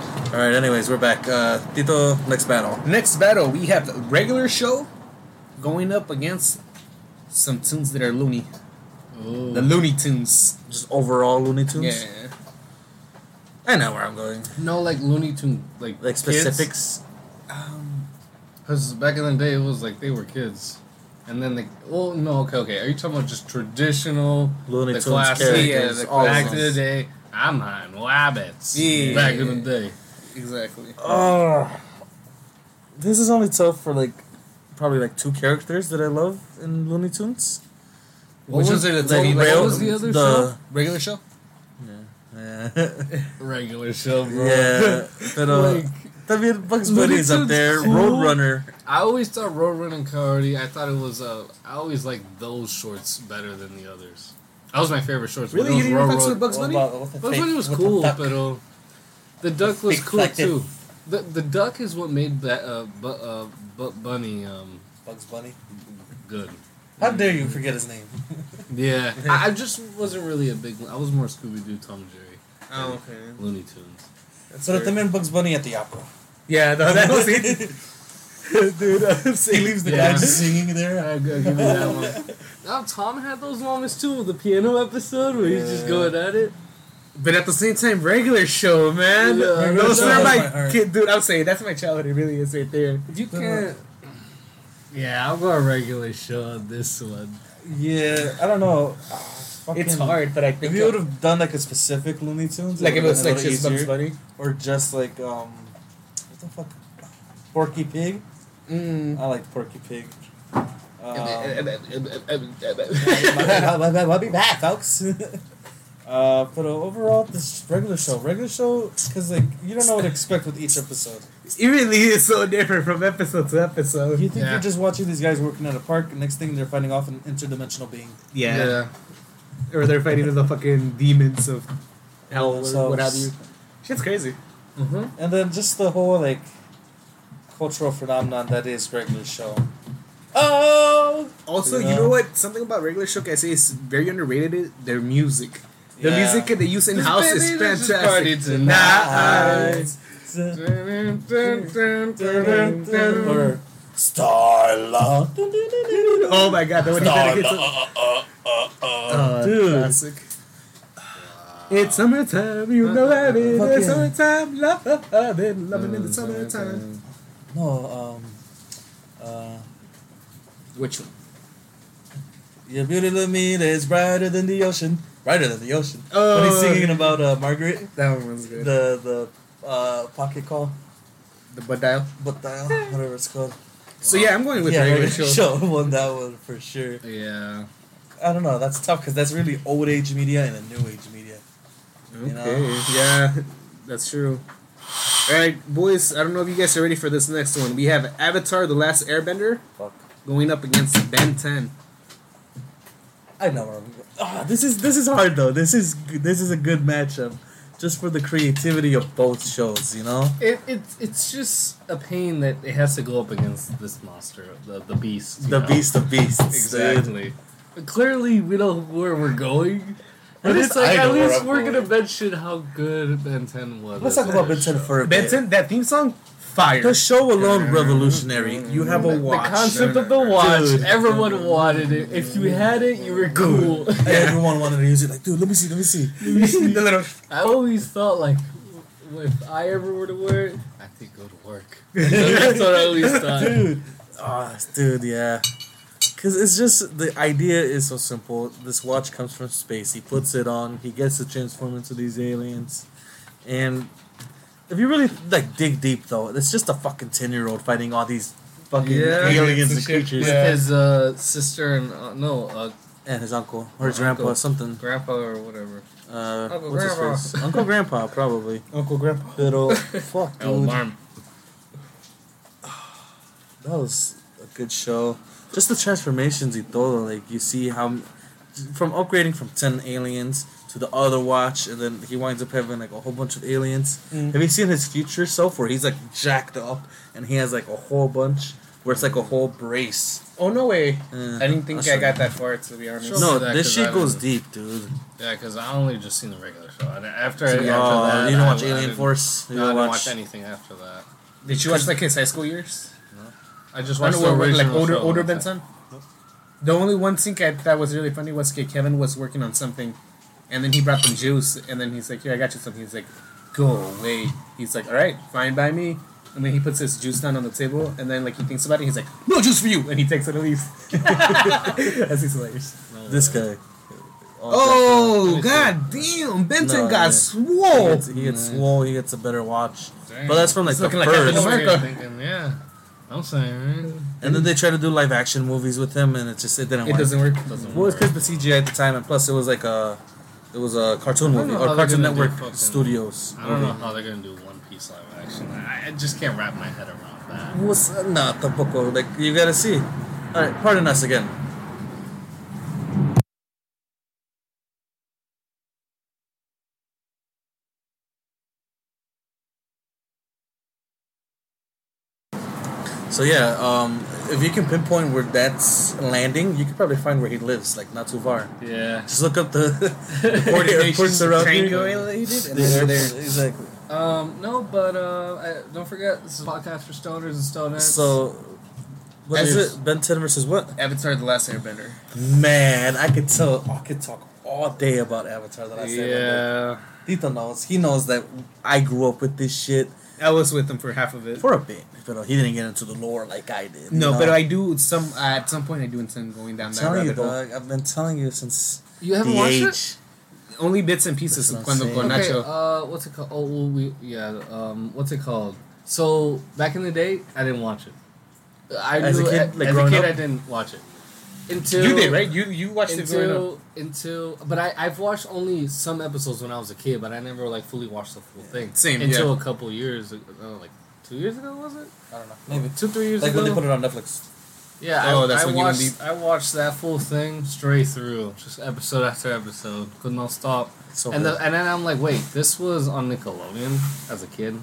A: All right. Anyways, we're back. Uh, Tito, next battle.
B: Next battle, we have the regular show going up against some tunes that are loony.
C: Oh.
B: The Looney Tunes.
A: Just overall Looney Tunes.
B: Yeah.
A: I know where I'm going.
C: no, like Looney Tune, like
A: Like
C: kids.
A: specifics.
B: um,
C: Because back in the day, it was like they were kids. And then they, well, no, okay, okay. Are you talking about just traditional,
A: Looney
C: the
A: Tunes
C: classic,
A: characters,
C: yeah, the,
A: all of
C: back
A: them.
C: in the day, I'm on Wabbits.
B: Yeah.
C: Back in the day.
B: exactly.
A: Ugh. this is only tough for like probably like two characters that I love in Looney Tunes.
C: What
A: Which
C: was
A: is
C: it?
A: like
C: What
A: rail-
C: was the other
A: the-
C: Regular show?
A: Yeah,
C: Regular show, bro.
A: yeah. But uh,
C: Like,
A: I mean, Bugs
C: Looney
A: Bunny's up
C: Tunes
A: there.
C: cool.
A: Roadrunner.
C: I always thought Roadrunner and Coyote, I thought it was, uh, I always liked those shorts better than the others. That was my favorite shorts.
B: Really, you
C: It was
B: didn't even fucks
C: Roadrunner-
B: with Bugs Bunny?
C: Bugs Bunny was cool, but uh, the duck was
A: Big
C: cool
A: fleckin'.
C: too. The the duck is what made that uh, bu- uh, bu- bunny um
A: Bugs Bunny.
C: good.
A: How dare you forget his name?
C: Yeah, I, I just wasn't really a big. I was more Scooby Doo, Tom and Jerry,
B: Oh, okay.
C: Looney Tunes.
B: That's
A: So that
B: fair.
A: the man Bugs Bunny at the opera.
B: yeah, no, that was it.
A: Dude, I'm saying, he leaves the guy
C: Yeah.
A: just singing there.
C: I give you that one. Now Tom had those moments too. The piano episode where he's just
A: Yeah.
C: going at it.
B: But at the same time, regular show, man.
C: Yeah, regular
B: Those
A: show
B: were
A: is my
B: my
A: heart. uh,
B: kid, dude. I'm saying that's my childhood. It really is right there.
C: You can't. Yeah, I'll go regular show on this one.
A: Yeah, I don't know. Ah,
B: It's
A: fucking-
B: hard, but I
A: If
B: think
A: you would have done like a specific Looney Tunes,
B: like if it
A: would've
B: was
A: been a
B: like
A: little
B: just Bugs
A: easier.
B: Bunny.
A: or just like um, what the fuck, Porky Pig.
B: Mm.
A: I like Porky Pig. Um,
B: I
A: I'll be back- I'll be back, folks. Uh, but uh, overall, this regular show, regular show, because like you don't know what to expect with each episode.
B: It really is so different from episode to episode.
A: You think
C: Yeah.
A: you're just watching these guys working at a park, and next thing they're fighting off an interdimensional being.
B: Or they're fighting the fucking demons of hell or
A: So-
B: what have you. Shit's crazy.
C: Mm-hmm.
A: And then just the whole like cultural phenomenon that is regular show. Oh,
B: Also,
A: Yeah.
B: you know what? Something about regular show I say is very underrated. is Their music, the
A: Yeah.
B: music that they use in house is fantastic.
A: Night.
B: Or-
A: or Starla.
B: Oh my god, that would be dedicated to- Uh,
A: Dude.
B: classic. It's summertime, you know that it
A: Fucking-
B: is summertime, love, loving, loving in the summertime.
A: No, um, uh,
B: Which one?
A: your beauty to me is brighter than the ocean, brighter than the ocean.
B: Oh,
A: when he's singing about uh, Margaret,
B: that one was good. The,
A: the the uh, pocket call,
B: butt dial.
A: but dial, whatever it's called.
B: So yeah, I'm going with
A: yeah,
B: regular show.
A: won that one for sure.
C: Yeah.
A: I don't know. That's tough because that's really old age media and a new age media.
B: Okay,
A: know?
B: yeah, that's true. All right, boys. I don't know if you guys are ready for this next one. We have Avatar: The Last Airbender
A: Fuck.
B: going up against Ben 10.
A: I know where I'm going. Ah, this is this is hard though. This is g- this is a good matchup, just for the creativity of both shows. You know.
C: It, it, it's just a pain that it has to go up against this monster, the, the beast. you
A: The
C: know?
A: beast of beasts. dude.
C: Exactly. But clearly, we know where we're going. But
A: At
C: it's
A: least
C: like,
A: I
C: at
A: know where
C: least
A: I'm
C: we're going to
A: going.
C: mention how good Ben 10 was.
A: Let's
C: as
A: talk about
C: a
A: Ben 10
C: show.
A: for a
B: Ben
A: bit.
B: 10, that theme song, fire.
A: The show alone revolutionary. You have a
B: The
A: watch.
C: The concept of the watch, everyone wanted it. If you had it, you were cool.
A: Everyone wanted to use it. Like, dude, let me see, let me see.
B: the little
C: I always thought like, w- if I ever were to wear it, I think go to work. That's what I always thought.
A: dude. Ah, dude, yeah. Cause it's just the idea is so simple. This watch comes from space. He puts it on. He gets to transform into these aliens, and if you really like dig deep, though, it's just a fucking ten year old fighting all these fucking
B: Yeah,
A: aliens
B: it's a
A: and
B: shit.
A: creatures,
B: Yeah.
C: His uh, sister and uh, no, uh,
A: and his uncle or his
C: Or uncle.
A: grandpa, something.
C: grandpa or whatever.
A: Uh,
B: Uncle
A: what's
B: Grandpa.
A: his face? Uncle grandpa, probably.
B: Uncle Grandpa.
A: Pero fuck, dude, that
C: Alarm.
A: was a good show. Just the transformations y todo. Like you see how, from upgrading from ten aliens to the other watch, and then he winds up having like a whole bunch of aliens.
C: Mm.
A: Have you seen his future self where he's like jacked up and he has like a whole bunch where it's like a whole brace?
B: Oh no way!
A: Uh,
B: I didn't think
A: I'll
B: I
A: show
B: got that far to be honest.
C: Sure.
A: No,
C: that
A: this
C: 'cause I
A: shit
C: don't-
A: goes deep, dude.
C: Yeah, because I only just seen the regular show. And after, after
A: Oh,
C: that,
A: you didn't watch
C: I, I
A: Alien
C: didn't-
A: Force. You
C: No, I
A: didn't
C: didn't
A: watch-
C: watch anything after that.
B: Did you watch like his high school years?
C: I just
B: I
C: watched
B: don't
C: the
B: know, like
C: original
B: older
C: show.
B: older Benson. The only one thing I thought was really funny was okay, Kevin was working on something, and then he brought them juice, and then he's like, "Here, I got you something." He's like, "Go away." He's like, "All right, fine by me." and then he puts his juice down on the table, and then like he thinks about it, he's like, "No juice for you," and he takes it and leaves. That's his hilarious.
A: This guy.
B: Oh god damn! Benton
A: No,
B: got
A: yeah. He
C: Oh,
B: swole.
A: gets, he gets swole, he gets a better watch.
C: Dang.
A: But that's from like
B: He's
A: the
B: looking like
A: first.
B: Captain America.
C: Thinking, yeah, I'm saying. Right?
A: and then they try to do live action movies with him, and it just it didn't
B: It
A: work.
B: doesn't work.
C: Doesn't
A: Well, it's
C: work.
A: because the CGI at the time, and plus it was like a, it was a cartoon
C: I don't
A: movie
C: know
A: or
C: how they're
A: Cartoon
C: gonna do
A: Network
C: fucking-
A: Studios.
C: I don't know
A: movie.
C: how they're gonna do One Piece live action. I, I just can't wrap my head around that.
A: What's not the book? Like you gotta see. All right, pardon us again. So yeah, um, if you can pinpoint where that's landing, you could probably find where he lives, like not too far.
C: Yeah.
A: Just look up the, the port- airports around here.
B: triangulated, and
A: The
B: then
A: airport-
B: they're-
A: Exactly.
C: Um. No, but uh, I, don't forget this is a podcast for stoners and stoneheads.
A: So, what is
B: Yes.
A: it? Ben 10 versus what?
B: Avatar: The Last Airbender.
A: Man, I could tell. I could talk all day about Avatar. That I said.
C: yeah.
A: Tito knows. He knows that I grew up with this shit
B: I was with them for half of it.
A: for a bit. But he didn't get into the lore like I did. you
B: No,
A: know?
B: but I do some at some point I do intend going down
A: I'm
B: that
A: telling you,
B: rabbit hole.
A: dog. I've been telling you since
C: You haven't
A: the
C: watched
A: age.
C: it.
B: Only bits and pieces
A: That's
B: of
A: what I'm
B: Cuando
A: saying.
B: con
C: Okay,
B: Nacho.
C: uh, what's it called? Oh, well, we, yeah. Um, what's it called? So back in the day, I didn't watch it. I
A: As a
C: knew-
A: kid, like,
C: as a
A: growing
C: kid,
A: up?
C: I didn't watch it. Until
B: you did right. You you watched it growing up.
C: Until until, but I I've watched only some episodes when I was a kid, but I never like fully watched the full thing.
B: Same,
C: Until
B: yeah.
C: a couple years ago, no, like two years ago was it?
A: I don't know. Maybe.
C: Two three years
A: Like
C: ago.
A: when they put it on Netflix.
C: Yeah,
B: Oh,
C: I,
B: that's
C: I
B: when you
C: watched.
B: went deep.
C: I watched that full thing straight through, just episode after episode. Could not stop.
A: So
C: and
A: good.
C: the, and then I'm like, wait, this was on Nickelodeon as a kid.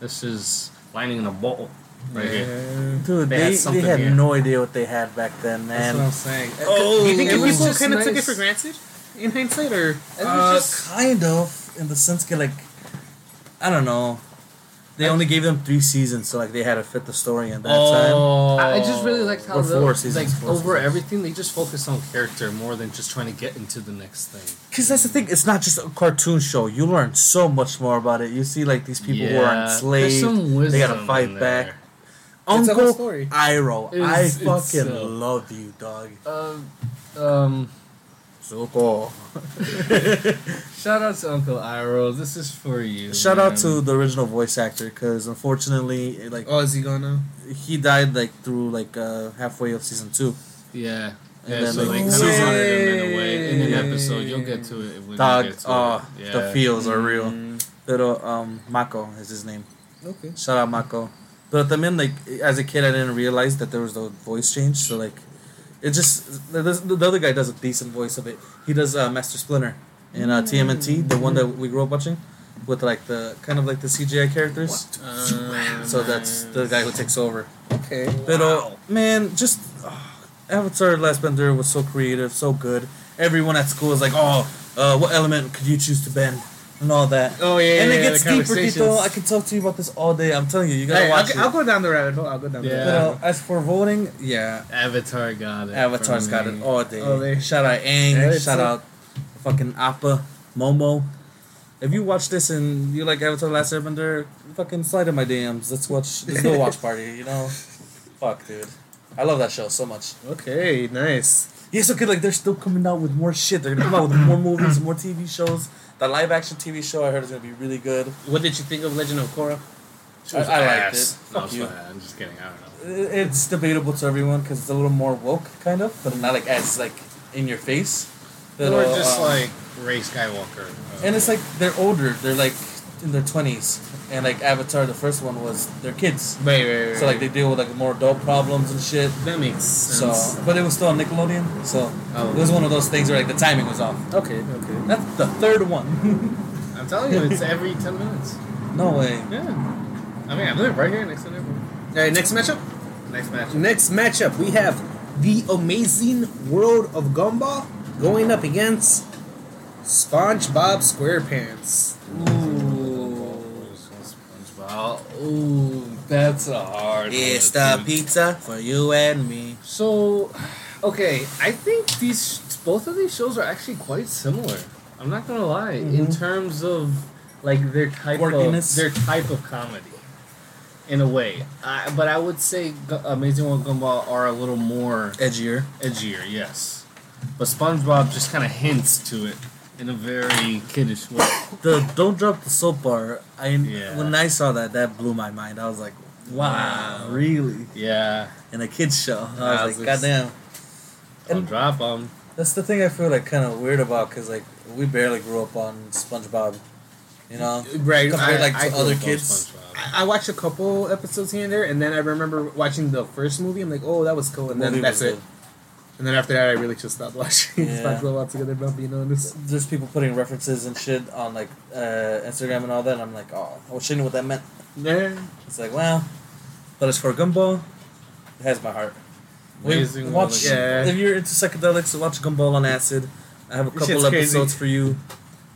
C: This is lining in a bottle right here.
A: Dude, they,
C: They had
A: they had,
C: something here.
A: no idea what they had back then,
C: That's what
A: man.
C: I'm saying.
A: Oh,
B: Do you think
A: it was
B: people
C: just
B: kind of took it
C: nice.
B: for granted in hindsight, or
C: It
A: Uh,
C: was just-
A: kind of, in the sense that, like, I don't know. They only gave them three seasons, so, like, they had to fit the story in that
C: Oh,
A: time.
B: oh.
C: I I just really liked how
A: Or
C: the,
A: four seasons,
C: like
A: four
C: over
A: seasons.
C: everything they just focus on character more than just trying to get into the next thing.
A: Because that's the thing, it's not just a cartoon show. You learn so much more about it. You see, like, these people who are
C: Yeah, there's
A: enslaved.
C: some
A: they
C: wisdom
A: gotta fight
C: in
A: back.
C: there.
B: It's a whole
A: Uncle
B: story.
A: Iroh,
C: It
A: I
C: is- it's,
A: fucking
C: uh,
A: love you, dog.
C: Uh, um,
A: Zuko.
C: shout out to Uncle Iroh. This is for you.
A: Shout out
C: man.
A: to the original voice actor, because unfortunately, like,
B: oh, is he gonna?
A: he died, like, through, like, uh, halfway of season two.
C: yeah.
A: And
C: Yeah,
A: then,
C: so
A: like,
C: they kind of
A: season-
C: honored him in a way in an
A: Yeah.
C: episode. You'll get to it when
A: Dog,
C: you get to
A: oh,
C: it. Yeah. Mm-hmm.
A: the feels are real.
B: Mm.
A: Pero um, Mako is his name.
B: Okay.
A: Shout out Mako. But también like as a kid, I didn't realize that there was the voice change. So like, it just the, the the other guy does a decent voice of it. He does uh, Master Splinter in uh, TMNT, the one that we grew up watching, with like the kind of like the CGI characters. Um, So that's the guy who takes over.
B: okay.
A: But man, just ah, Avatar: Last Bender was so creative, so good. Everyone at school is like, "Oh, uh, what element could you choose to bend?" and all that.
B: Oh yeah,
A: and
B: yeah,
A: it
B: yeah,
A: gets
B: the
A: deeper, Tito.
B: conversations.
A: I can talk to you about this all day. I'm telling you, you gotta
B: Hey,
A: watch
B: I'll, I'll
A: it.
B: go down the rabbit hole. I'll go down the
C: Yeah.
A: But,
B: rabbit
A: uh, as for voting, yeah,
C: Avatar got it.
A: Avatar's
C: for
A: got
C: me.
A: it Oh, all day.
B: All day.
A: Shout out Aang.
B: Yeah, it's
A: shout
B: so-
A: out fucking Appa, Momo. If you watch this and you like Avatar: Last Airbender, fucking slide in my DMs. Let's watch. Let's do a watch party. You know, fuck, dude. I love that show so much.
B: hole. Okay, nice.
A: Yes, okay, like they're still coming out with more shit. They're gonna come out with more movies, more TV shows. The live action TV show I heard is gonna be really good.
B: What did you think of Legend of Korra?
C: She was
A: I- I liked
C: ass.
A: it.
C: No,
A: Fuck
C: it's
A: you.
C: fine. I'm just kidding. I don't know.
A: It's debatable to everyone because it's a little more woke, kind of, but not like as like in your face. But,
C: or
A: uh,
C: just
A: um,
C: like Ray Skywalker. uh,
A: and it's like they're older. They're like in their twenties, and like Avatar, the first one was their kids,
B: Wait, wait, wait.
A: so like they deal with like more adult problems and shit.
B: that makes
A: So,
B: sense.
A: but it was still on Nickelodeon, so
B: Oh.
A: it was one of those things where like the timing was off.
B: okay, okay.
A: That's the third one.
C: I'm telling you, it's every ten minutes.
A: no way.
C: Yeah. I mean, I live right here next to them.
B: All right, next matchup.
C: Next match.
B: Next matchup, we have the amazing world of Gumball going up against SpongeBob SquarePants.
C: Ooh. SpongeBob. Ooh, that's a hard.
A: It's
C: one,
A: the
C: dude.
A: pizza for you and me.
C: So, okay, I think these both of these shows are actually quite similar. I'm not gonna lie, in terms of like their type
A: Quirkiness?
C: of their type of comedy. in a way. I, but I would say Gu- Amazing World of Gumball are a little more
B: Edgier.
C: edgier, yes. But SpongeBob just kind of hints to it in a very kiddish way.
A: The don't drop the soap bar. I
C: Yeah.
A: when I saw that, that blew my mind. I was like, wow, really?
C: Yeah,
A: In a kids show, I was,
B: I was
A: like,
B: just-
A: goddamn.
C: don't
A: And-
C: drop them.
A: That's the thing I feel like kind of weird about because like we barely grew up on SpongeBob, you know.
B: Right.
A: Compared
B: I-
A: like
B: I
A: to
B: grew
A: other
B: up on
A: kids,
B: I, I watched a couple episodes here and there, and then I remember watching the first movie. I'm like, oh, that was cool, and then
A: Movie
B: that's
A: was
B: it. And then after that, I really just stopped watching
A: Yeah.
B: SpongeBob altogether. About being honest,
A: good. There's people putting references and shit on like uh, Instagram and all that. And I'm like, oh, I wish I knew what that meant.
B: yeah.
A: It's like, wow. But as for Gumball, it has my heart. We-
C: Amazing
A: watch,
C: World
B: of Gumball.
A: If you're into psychedelics, watch Gumball on acid. I have a
B: This
A: couple
B: shit's crazy.
A: episodes for you.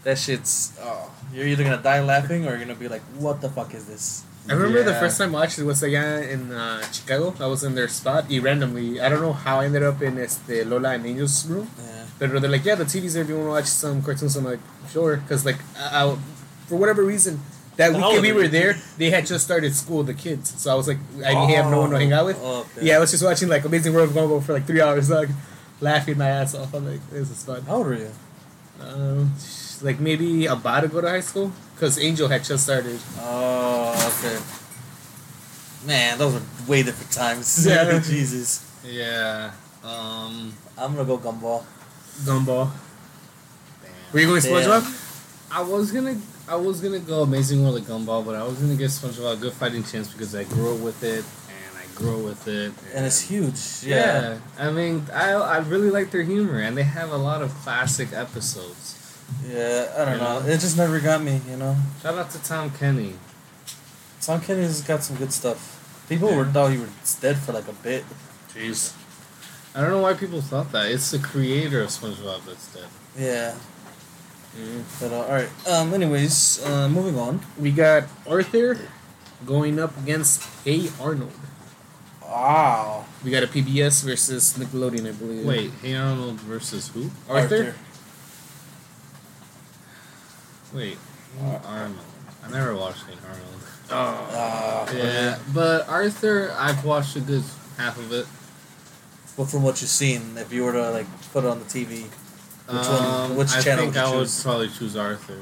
A: That shit's. Oh, you're either gonna die laughing or you're gonna be like, what the fuck is this?
B: I remember the
C: Yeah.
B: first time I watched it was again in uh, Chicago. I was in their spot. Y randomly, I don't know how I ended up in este Lola and Angel's room.
A: Yeah.
B: But they're like, yeah, the TV's there if you want to watch some cartoons. I'm like, sure. Because, like, I, I- for whatever reason, that
A: The
B: weekend we
A: holiday.
B: were there, they had just started school, the kids. So I was like, I didn't have no one to hang out with.
A: Oh, okay.
B: Yeah, I was just watching, like, Amazing World of Gumball for, like, three hours, like, laughing my ass off. I'm like, this is fun.
A: How old are you?
B: Um, like, maybe about to go to high school? Because Angel had just started.
A: Oh, okay. Man, those were way different times.
B: Yeah.
A: Jesus.
C: Yeah. Um.
A: I'm gonna go Gumball.
B: Gumball.
C: damn.
B: Were you going to
A: Damn.
B: SpongeBob?
C: I was gonna, I was gonna go Amazing World of Gumball, but I was gonna give SpongeBob a good fighting chance because I grew up with it, and I grew up with it,
A: And it's huge. Yeah.
C: Yeah. I mean, I I really like their humor, and they have a lot of classic episodes.
A: Yeah, I don't know. It just never got me, you know?
C: Shout out to Tom Kenny.
A: Tom Kenny's got some good stuff. People were
C: Yeah.
A: thought he was dead for like a bit.
C: Jeez. I don't know why people thought that. It's the creator of SpongeBob that's dead.
A: Yeah.
B: Mm.
A: But uh, all right. Um. Anyways, uh, moving on.
B: We got Arthur going up against Hey Arnold.
A: Wow.
B: We got a PBS versus Nickelodeon, I believe.
C: Wait, Hey Arnold versus who?
B: Arthur?
C: Wait,
A: Uh,
C: Hey Arnold. I never watched Hey Arnold.
A: Ah.
C: Yeah, but Arthur, I've watched a good half of it.
A: But from what you've seen, if you were to like put it on the TV, Which one-
C: Um,
A: which
C: I
A: channel
C: think
A: would you
C: I would
A: choose?
C: probably choose Arthur.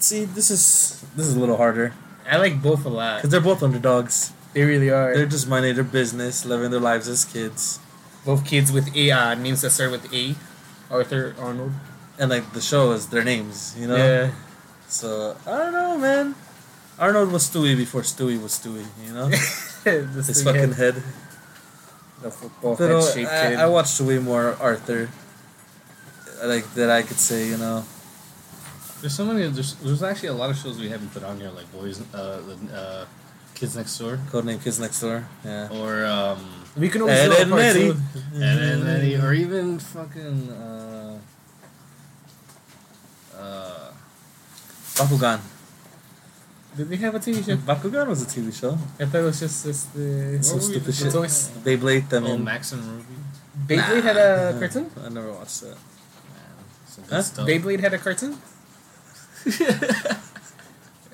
A: see this is this is a little harder
B: I like both a lot.
A: because they're both underdogs.
B: They really are.
A: They're just minding their business, living their lives as kids,
B: both kids with A uh, names that start with A. Arthur Arnold.
A: and like the show is their names, you know. So I don't know, man. Arnold was Stewie before Stewie was Stewie, you know.
B: this uh,
A: His
B: thing
A: fucking
B: had
A: head.
B: the football
A: Pero
B: head shaped
A: I,
B: kid.
A: I watched way more Arthur, like that I could say, you know.
C: There's so many. There's, there's actually a lot of shows we haven't put on here, like Boys, uh, the, uh, Kids Next Door,
A: Codename Kids Next Door. Yeah.
C: or um,
B: we can always
A: Ed
B: do a
A: and
B: part
A: Eddie.
B: two.
C: and then any, or even fucking uh, uh,
A: Bakugan.
B: Did they have a TV show?
A: Bakugan was a TV show.
B: I thought it was just this the
A: Some stupid shit.
B: toys.
A: Beyblade. I
C: oh,
A: mean,
C: Max and Ruby.
B: Beyblade had a cartoon.
A: Uh, I never watched that.
C: Man, some good
A: Huh?
C: stuff.
B: Beyblade had a cartoon.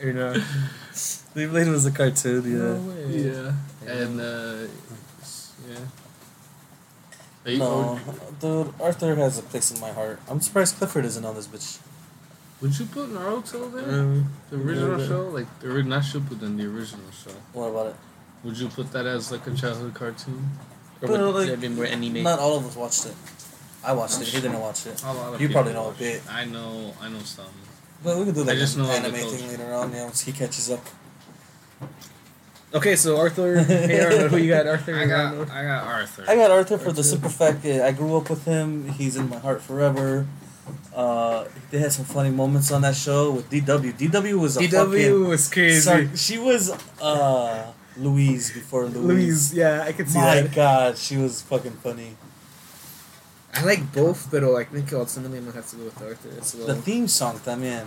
B: or no?
A: Beyblade was a cartoon. Yeah.
B: No way.
C: yeah, and uh, yeah. Are you-
A: No,
C: would-
A: dude, Arthur has a place in my heart. I'm surprised Clifford isn't on this bitch.
C: Would you put Naruto there?
B: Um,
C: the original
B: no, no.
C: show, like the ori- not Shippuden, the original show.
A: What about it?
C: Would you put that as like a childhood cartoon?
B: or
A: But,
B: would
A: like,
B: it have been more anime?
A: Not all of us watched it. I watched it. He didn't watch it.
C: A lot of
A: You
C: people
A: probably know a
C: watch
A: bit.
C: I know, I know some.
A: But we can do
C: I
A: like
C: just
A: an
C: know of the
A: anime thing
C: culture.
A: later on. Yeah, once he catches up.
B: Okay, so Arthur, hey Arnold, who you got? Arthur,
C: I
B: and
C: got,
B: Arnold?
C: I got Arthur.
A: I got Arthur for the
B: Arthur.
A: simple fact that I grew up with him. He's in my heart forever. Uh, they had some funny moments on that show with DW. DW was a
B: DW was
A: fucking.
B: crazy.
A: Sorry, she was uh Louise before Louise.
B: Louise, yeah, I could see
A: My
B: that.
A: God, she was fucking funny.
B: I like both, but oh, I think ultimately I'm gonna have to go with Arthur as
A: The
B: well.
A: theme song, that man,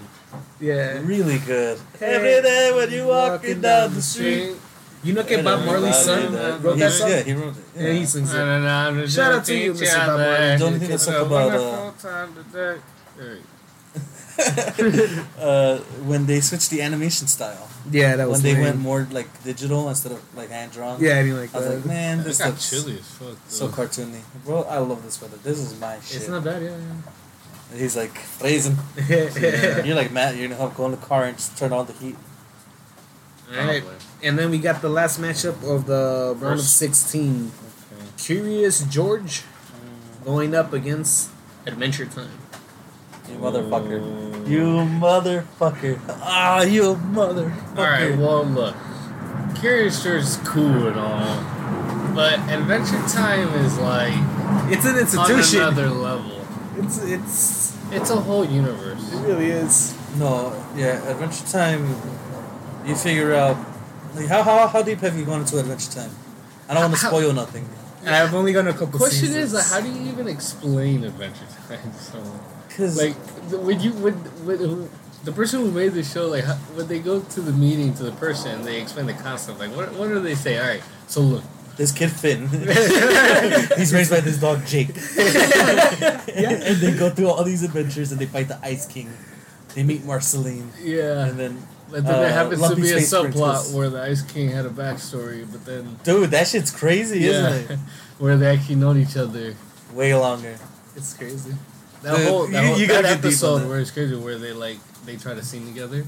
B: Yeah.
A: really good.
B: Hey,
A: Every day when you walking down the street.
B: You know, okay, Bob Marley's son
C: Everybody
B: wrote that
A: He's-
B: song?
A: Yeah, he wrote it.
B: Yeah, he sings it.
C: Shout
B: out to you, Mr. Bob Marley.
A: Don't think that's about, uh,
C: Time today. Hey.
A: uh, when they switched the animation style.
B: Yeah, that
A: When
B: was
A: they
B: lame.
A: went more like digital instead of like hand drawn.
B: Yeah, I mean, like,
A: I was
B: that.
A: like, man,
C: It's
A: this
C: got
A: looks
C: chilly as fuck.
A: so
C: though.
A: cartoony, bro. I love this weather. This is my shit.
B: it's not bad. Yeah,
A: And He's like freezing.
B: yeah.
C: Yeah.
A: You're like Matt. You're gonna have to go in the car and just turn on the heat.
B: All right,
C: Probably.
B: and then we got the last matchup of the round of
C: First.
B: sixteen.
C: Okay. Mm.
B: Curious George going up against Adventure Time.
A: You motherfucker.
C: Oh.
A: You motherfucker. Ah, you motherfucker.
C: All right. Well, look, Curious George is cool and all, but Adventure Time is like
B: It's an
C: on
B: institution.
C: another level.
B: It's it's
C: It's a whole universe.
B: it really is.
A: No, yeah, Adventure Time. You figure out like how how how deep have you gone into Adventure Time? I don't want to
C: How-
A: spoil nothing.
B: I've only gone a couple.
C: The question
B: seasons.
C: is, like, how do you even explain Adventure Time? So,
A: Cause
C: like, th- would you would would who, the person who made the show like how, would they go to the meeting to the person and they explain the concept? Like, what what do they say? All right, so look,
A: this kid Finn, he's raised by this dog Jake, and they go through all these adventures and they fight the Ice King. They meet Marceline,
C: yeah,
A: and then
C: but then there
A: uh,
C: happens to
A: Lumpy
C: be a
A: Space
C: subplot
A: Princess.
C: where the Ice King had a backstory, but then
A: dude, that shit's crazy, isn't it?
C: where they actually known each other.
A: Way longer.
B: It's crazy.
C: That
A: Dude,
C: whole that,
A: you-
C: whole,
A: you
C: that
A: gotta get deep on
C: episode
A: that.
C: where it's crazy where they like they try to sing together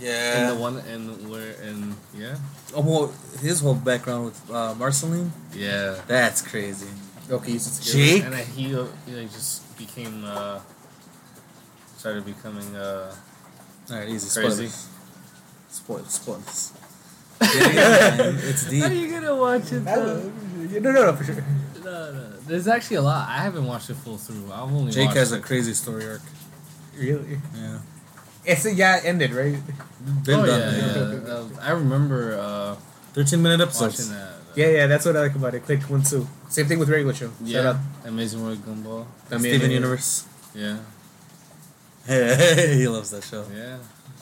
A: Yeah.
C: and the one and where and yeah
A: Oh, well, his whole background with uh, Marceline,
C: yeah.
A: that's crazy.
B: Okay, you should skip.
A: Jake?
C: And then he, uh, he like, just became, uh, started becoming, uh,
A: All right, easy.
C: Crazy.
A: Spoilers. Spoilers. Spoilers. Yeah, yeah, man, it's
C: How are
A: deep.
C: you gonna watch it,
B: I
C: though?
B: don't- No, no, no, for sure.
C: No, no. There's actually a lot. I haven't watched it full through. I've only
A: Jake
C: watched
A: has a
C: like-
A: crazy story arc.
B: Really,
A: Yeah.
B: it's a yeah it ended right.
A: Been
C: oh,
A: done.
C: yeah,
A: man.
C: yeah. that was- I remember, uh,
A: 13 minute
C: watching
A: episodes.
C: that. uh,
B: Yeah, yeah, that's what I like about it. Click one two. Same thing with regular show.
C: Yeah.
B: Shout out.
C: Amazing World Gumball.
A: Steven Universe.
C: Yeah.
A: he loves that show.
C: Yeah.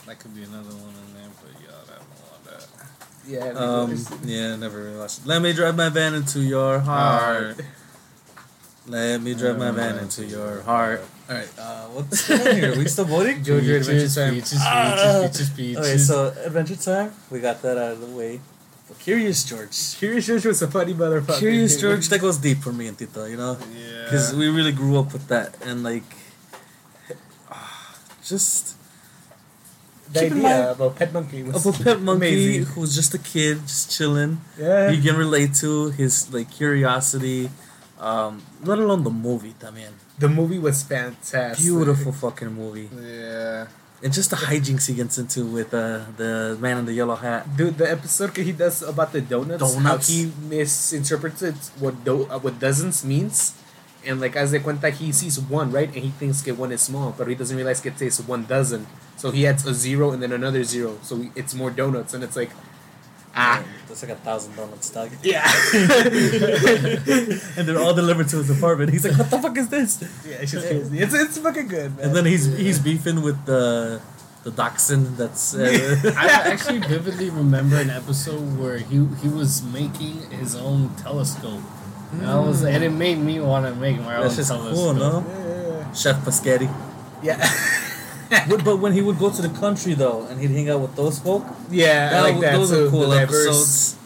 C: That could be another one in there, but y'all haven't want that.
B: Yeah.
A: Um, yeah, never really watched. it. Let me drive my van into your heart. Let me drive my van into your heart. Oh, All right, uh, what's going on here? we still voting?
B: Jojo Adventure
C: Peaches,
B: Time.
C: Peaches,
A: Ah!
C: peaches, peaches,
A: Okay, so Adventure Time, we got that out of the way. But Curious George.
B: Curious George was a funny motherfucker.
A: Curious George, that goes deep for me and Tito, you know?
C: Yeah.
A: Because we really grew up with that. And, like, ah, just
B: The
A: Keep in
B: idea
A: mind-
B: of a pet monkey was
A: of a pet monkey
B: amazing.
A: who's just a kid, just chilling.
B: Yeah.
A: You can relate to his, like, curiosity, um, let alone the movie, también.
B: the movie was fantastic.
A: Beautiful fucking movie.
C: Yeah.
A: And just the hijinks he gets into with uh, the man in the yellow hat.
B: Dude, the episode he does about the donuts, how
A: Donuts.
B: he misinterpreted what do- uh, what dozens means, and like as they cuenta, he sees one right, and he thinks que one is small, but he doesn't realize que it's one dozen. So he adds a zero and then another zero, so we, it's more donuts, and it's like, ah,
A: That's like a thousand donuts, dog.
B: yeah,
A: and they're all delivered to his apartment. He's like, "What the fuck is this?"
B: yeah, it's just crazy. It's it's fucking good, man.
A: And then he's he's beefing with the the dachshund. That's uh,
C: I actually vividly remember an episode where he he was making his own telescope. And I was and it made me want to make my
A: that's
C: own
A: just
C: telescope.
A: cool, no?
B: yeah,
A: Chef Paschetti.
B: yeah,
A: But- but when he would go to the country though, and he'd hang out with those folk,
B: yeah. I like
A: w-
B: that.
A: those
B: too,
A: are cool
B: the diverse-
A: episodes.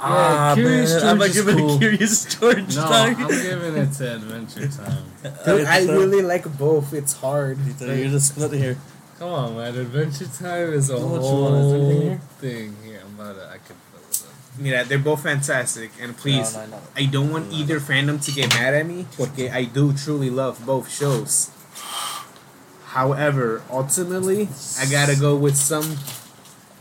C: Yeah,
A: ah,
C: Curious
A: man, I'm
C: George
A: like
C: is
A: giving
C: cool.
A: a Curious George.
C: No,
A: dog.
C: I'm giving it to Adventure Time.
B: Dude, I really like both. It's hard.
A: You're just split here.
C: Come on, man! Adventure Time is a
A: What you want? Is
C: whole
A: everything here?
C: thing here. I'm about to. I could fill it up.
B: Mira, they're both fantastic, and please,
A: No, no, no.
B: I don't want either fandom to get mad at me, porque I do truly love both shows. However, ultimately, I gotta go with some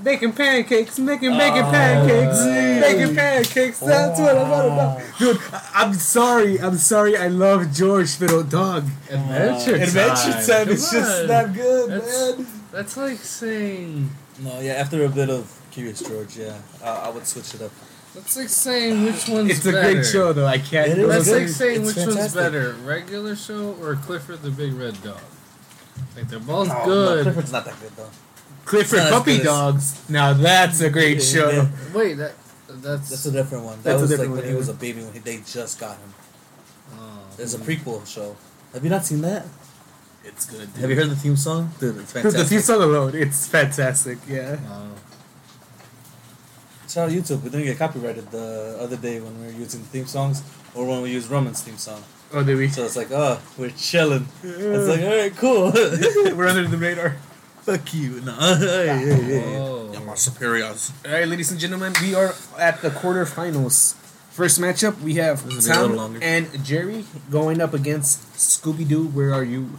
B: bacon pancakes, making bacon
A: Oh,
B: pancakes,
A: man.
B: backing pancakes. That's what I'm all about,
A: Wow.
B: dude. I- I'm sorry, I'm sorry. I love George, but oh, dog,
C: Adventure Time.
B: Adventure Time is
C: Come
B: just
C: on.
A: Oh.
B: not good,
C: That's-
B: man.
C: That's like saying.
A: No, yeah. After a bit of Curious George, yeah, I, I would switch it up.
C: That's like saying which one's
B: It's a
C: better.
B: great show, though. I can't.
A: It
B: go
A: is
B: with-
C: That's
A: good.
C: like saying
A: It's
C: which one's
A: fantastic.
C: better, regular show or Clifford the Big Red Dog. Like they're both
A: Oh, No, no,
C: good.
A: Clifford's not that good though.
B: Clifford
A: It's not as
B: Puppy
A: good as-
B: Dogs. Now that's a great
A: Yeah,
B: show.
A: yeah.
C: Wait, that that's,
A: That's a different one. That
B: That's a
A: was
B: different
A: like when
B: one,
A: he
B: yeah.
A: was a baby when he, they just got him.
C: oh.
A: There's a prequel show. Have you not seen that?
B: It's good.
A: Have you heard the theme song? Dude, it's
B: the
A: fantastic.
B: theme song alone, it's fantastic. Yeah.
C: Wow.
A: It's on YouTube. We didn't get copyrighted the other day when we were using theme songs or when we used Roman's theme song.
B: Oh, did we?
A: So it's like, oh, we're chilling. It's like, all right, cool.
B: we're under the radar.
A: Fuck you. No. Hey, hey, hey.
B: Oh.
C: Whoa.
A: superiors.
B: All right, ladies and gentlemen, we are at the quarterfinals. First matchup, we have
A: This is gonna be a little
B: Tom
A: longer.
B: and Jerry going up against Scooby Doo. Where are you?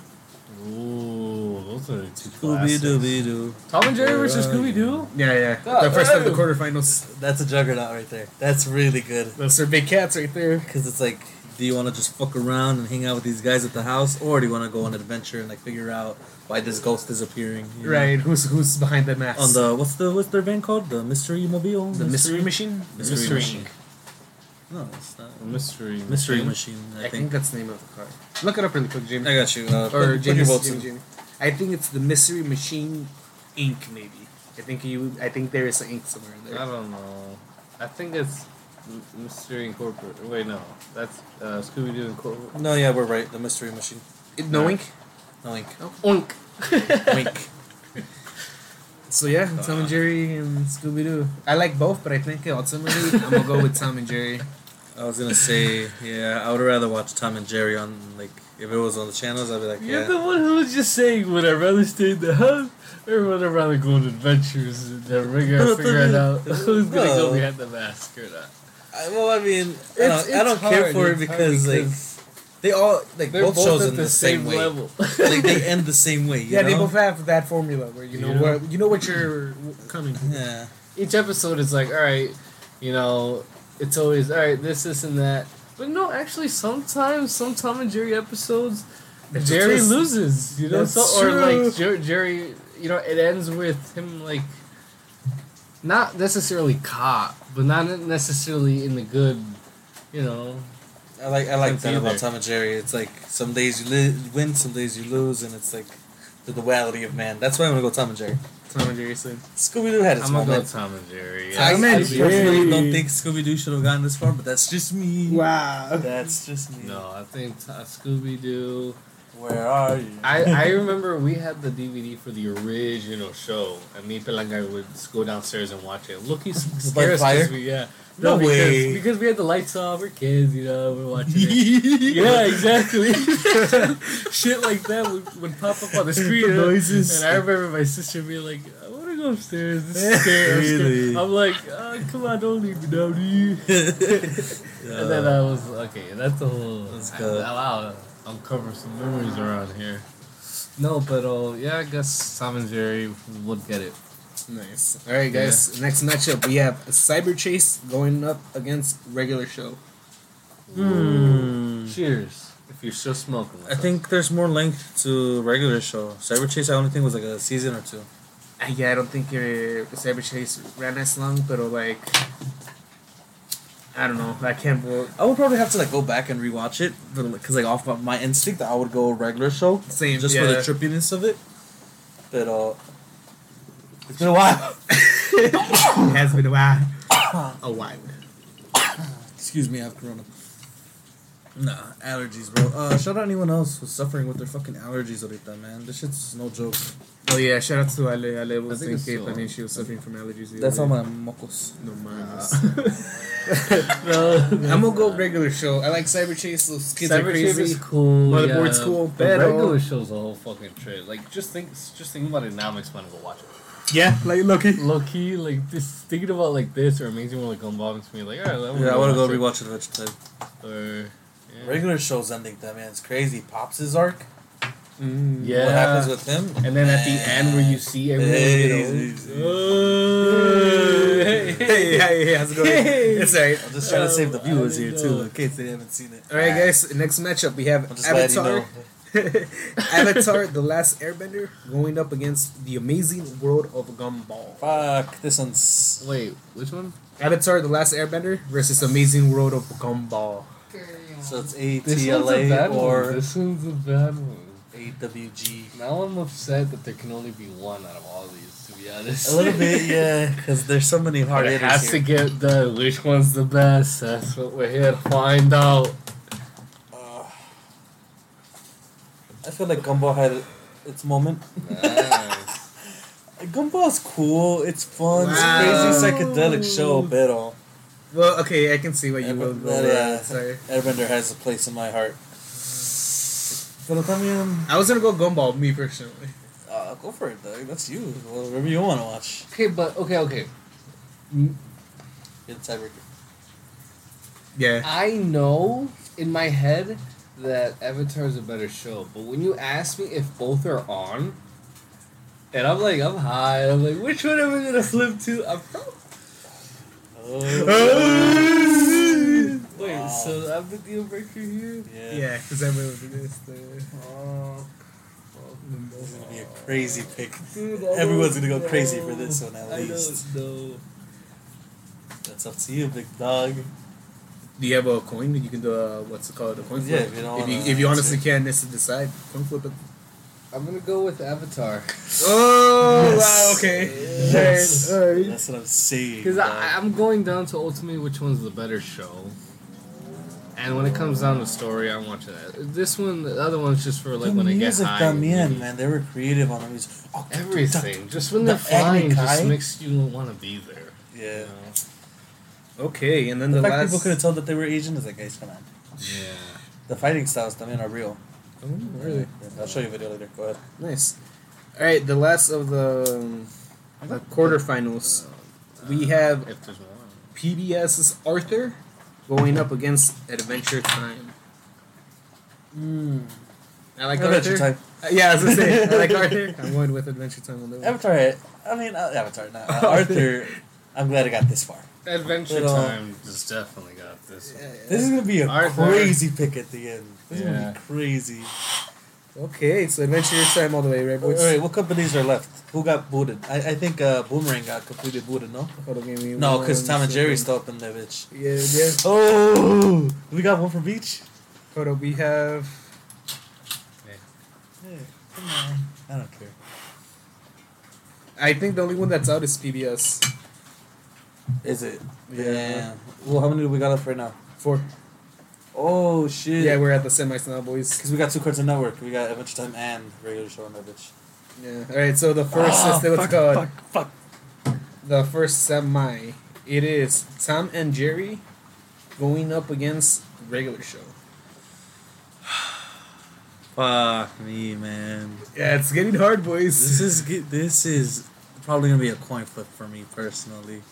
C: Ooh, those are two
A: Scooby
C: classics.
A: Dooby Doo.
C: Tom and Jerry
A: Where
C: versus
A: are
C: Scooby Doo.
B: Yeah, yeah.
C: God
B: the first of the
A: oh.
C: damn.
B: quarterfinals.
A: That's a juggernaut right there. That's really good.
B: Those are big cats right there.
A: Because it's like, do you want to just fuck around and hang out with these guys at the house, or do you want to go on an adventure and like figure out why this ghost is appearing? you know?
B: Right. Who's who's behind the mask?
A: On the what's the what's their van called? The Mystery Mobile.
B: the mystery machine.
A: Mystery
C: Mystery
A: Machine. No, it's not.
C: Mystery.
A: Mystery
C: Machine.
A: Machine.
B: I,
A: I
B: think.
A: think.
B: that's the name of the car. Look it up really quick, Jamie.
A: I got you. Uh, put-
B: or
A: put your
B: Jamie,
A: votes
B: Jamie,
A: in.
B: Jamie. I think it's the mystery machine, Inc. Maybe. I think you. I think there is an ink somewhere in
C: I
B: there.
C: don't know. I think it's M- Mystery Incorporated. Wait, no, that's uh, Scooby Doo Incorporated.
A: No, yeah, we're right. The Mystery Machine.
B: It- no ink.
A: No ink.
C: Oh,
B: Oink.
A: Wink.
B: So yeah, Tom and Jerry and Scooby Doo. I like both, but I think uh, ultimately I'm gonna go with Tom and Jerry.
A: I was gonna say, yeah, I would rather watch Tom and Jerry on like if it was on the channels. I'd be like,
C: You're
A: yeah.
C: the one who was just saying, "Would I rather stay in the house or would I rather go on adventures and then figure, figure it out who's gonna
A: No.
C: go behind the mask or not?"
A: I, well, I mean, I don't, I don't care for it because, like they all like
C: they're
A: both,
C: both,
A: shows
C: at
A: in
C: the, same,
A: way.
C: level.
A: like they end the same way. You
B: yeah,
A: know?
B: they both have that formula where you know,
C: You know?
B: what you know what you're coming.
A: Yeah.
C: Each episode is like, all right, you know, it's always all right. This, this, and that. But no, actually, sometimes some Tom and Jerry episodes
B: There's a
C: Jerry
B: twist.
C: loses, you know,
B: That's
C: so, or like
B: true.
C: Jer- Jerry, you know, it ends with him like not necessarily caught, but not necessarily in the good, you know.
A: I like I like
C: Sense
A: that about
C: either.
A: Tom and Jerry. It's like some days you li- win, some days you lose, and it's like the duality of man. That's why I'm gonna go Tom and Jerry.
B: Tom and Jerry said.
A: Scooby Doo had its
C: I'm gonna go
A: moment.
C: Tom and Jerry.
A: I, I
B: Tom and
A: personally
B: Jerry.
A: don't think Scooby Doo should have gotten this far, but that's just me.
B: Wow.
A: That's just me.
C: No, I think uh, t- Scooby Doo.
A: Where are you?
C: I, I remember we had the DVD for the original show, and me Pelanga would go downstairs and watch it. Look, he's scared us 'cause
A: fire?
C: we yeah.
A: No
C: because,
A: way.
C: Because we had the lights off, we're kids, you know, we're watching it. yeah, exactly. Shit like that would, would pop up on the screen.
B: The noises.
C: And I remember my sister being like, I want to go upstairs. This is scary. I'm scared."
A: Really?
C: I'm like, "Uh, come on, don't leave me down here. and then I was, okay, that's a whole.
A: Let's go.
C: I, wow, uncover some memories around here. No, but uh, yeah, I guess Tom and Jerry would get it.
B: Nice. All right, guys. Next matchup, we have Cyber Chase going up against regular show.
C: Cheers. Hmm. If you're still smoking. with
A: I
C: us.
A: think there's more length to regular show. Cyber Chase, I only think was like a season or two.
B: Uh, yeah, I don't think your Cyber Chase ran as long, but like, I don't know. I can't vote.
A: I would probably have to like go back and rewatch it, because like off of my instinct, I would go regular show
B: Same.
A: just for
B: yeah.
A: the trippiness of it. But uh, it's been a while.
B: It has been a while. a while.
A: Excuse me, I have corona. Nah, allergies, bro. Uh, shout out anyone else who's suffering with their fucking allergies ahorita, man. This shit's no joke.
B: Oh yeah, shout out to Ale. Ale was
C: I think
B: in
C: it's
B: Cape. I
C: so.
B: mean, she was suffering from allergies. the
A: That's all
B: other
A: my mocos.
B: day. No mames.
C: no,
B: I'm gonna go regular show. I like Cyber Chase. Those kids are
C: Cyber Chase
B: crazy.
C: is cool.
B: Motherboard's
C: yeah.
B: cool,
C: The
B: pero-
C: regular show's a whole fucking trip. Like just think, just think about it now. Makes fun to go watch it.
B: Yeah, like Loki.
C: Low key, like this thinking about like this or amazing World like unboxing me. Like all right,
A: Yeah, I want to go rewatch it eventually.
C: it. Or, yeah.
A: Regular show's ending, that man. It's crazy. Pops' arc.
B: Mm.
C: yeah.
A: What happens with him?
C: and then at the end where you see everyone,
A: Hey,
C: you know, hey,
B: Hey, hey, hey, how's it going?
C: Hey.
B: It's alright.
A: I'm just trying to save the
C: Um,
A: viewers
C: I
A: here
C: don't
A: too,
C: know.
A: in case they haven't seen it.
B: All right, guys. Next matchup, we have
A: I'm just glad you know.
B: Avatar. Avatar: The Last Airbender going up against the Amazing World of Gumball.
A: Fuck, this one's.
C: Wait, which one?
B: Avatar: The Last Airbender versus Amazing World of Gumball.
A: So it's
C: This one's a bad
A: ATLA
C: one.
A: or
C: This one's a bad one.
A: AWG.
C: Now I'm upset that there can only be one out of all these. To be honest,
A: A little bit, yeah, because there's so many hard
C: But it has
A: hitters
C: to
A: here.
C: get done. Which one's the best? That's what we're here to find out.
A: Ugh. I feel like Gumball had its moment.
C: Nice.
A: Gumball's cool. It's fun.
B: Wow.
A: It's crazy psychedelic show, pero
B: Well, okay, I can see what you will go.
A: Yeah.
B: with. Sorry.
A: Airbender has a place in my heart. Pero también,
B: I was gonna go Gumball, me personally.
A: uh, go for it, Doug. That's you. Whatever you want to watch.
C: Okay, but okay, okay.
A: Good tiebreaker.
B: Yeah.
A: Ah,
C: I know in my head that Avatar is a better show, but when you ask me if both are on, and I'm like, I'm high, and I'm like, which one am I gonna flip to? I'm probably. Wait,
A: Wow.
C: so I'm the deal breaker here?
A: yeah.
B: yeah, because I remember this. uh,
C: Oh,
A: It's gonna be a crazy pick.
C: dude, I
A: Everyone's
C: don't
A: gonna go crazy for
C: know.
A: this one at
C: I
A: least.
C: don't know.
A: That's up to you, big dog.
B: Do you have a coin? You can do a what's it called? A coin
A: Yeah,
B: flip.
A: if you don't
B: if you,
A: wanna
B: if you
A: answer.
B: honestly can't necessarily decide, coin flip it.
C: I'm gonna go with Avatar.
B: Oh
A: Yes.
B: wow! Okay.
A: Yes.
B: Alright.
A: That's what I'm saying.
C: Because
A: dog.
C: I'm going down to ultimately which one's the better show. And when it comes down to story, I'm watching that. This one, the other one's just for like
A: the
C: when I get
A: music
C: high.
A: también, man. They were creative on the music. Oh,
C: Everything. Just when
A: The
C: they're flying, just
A: Anakai?
C: makes you want to be there.
A: Yeah.
C: You know?
B: Okay, and then
A: The,
B: the,
A: fact
B: last.
A: people could have told that they were Asian is like, guys, come on.
C: Yeah.
A: The fighting styles también are real.
B: Oh, really?
A: I'll show you a video later. Go ahead.
B: Nice. All right, the last of the, the quarterfinals, we have
C: If there's one.
B: PBS's Arthur going up against Adventure Time. Hmm.
A: Mm.
B: I like
A: Adventure
B: Arthur.
A: Time.
B: Uh, yeah, I was gonna say I like Arthur. I'm going with Adventure Time on that one.
A: Avatar. had- I mean, uh, Avatar. Not uh, Arthur. I'm glad I got this far.
C: Adventure
A: Little-
C: Time has definitely got this.
B: Yeah, yeah.
A: This is gonna be a
C: Arthur.
A: crazy pick at the end. This is
C: Yeah.
A: gonna be crazy.
B: Okay, so Adventure Time all the way, right,
A: All
B: boys?
A: right, what companies are left? Who got booted? I, I think uh, Boomerang got completely booted. No,
B: Hold on, give me
A: no,
B: one
A: because Tom and Jerry's still
B: second.
A: up in there, bitch.
B: Yeah, yeah.
A: Oh, we got one from each.
B: Hold on, we have.
A: Yeah, come on. I don't care.
B: I think the only one that's out is PBS.
A: Is it?
B: Yeah.
A: Well, how many do we got left right now?
B: Four.
A: Oh shit.
B: Yeah, we're at the semis now, boys.
A: Because we got two Cartoon Network. We got Adventure Time and regular show on that bitch.
B: Yeah. All right, so the first
A: Ah,
B: is the, what's
A: fuck,
B: it called
A: Fuck, fuck.
B: the first semi. It is Tom and Jerry going up against regular show.
A: Fuck me, man.
B: Yeah, it's getting hard, boys.
A: This is ge- this is probably gonna be a coin flip for me personally.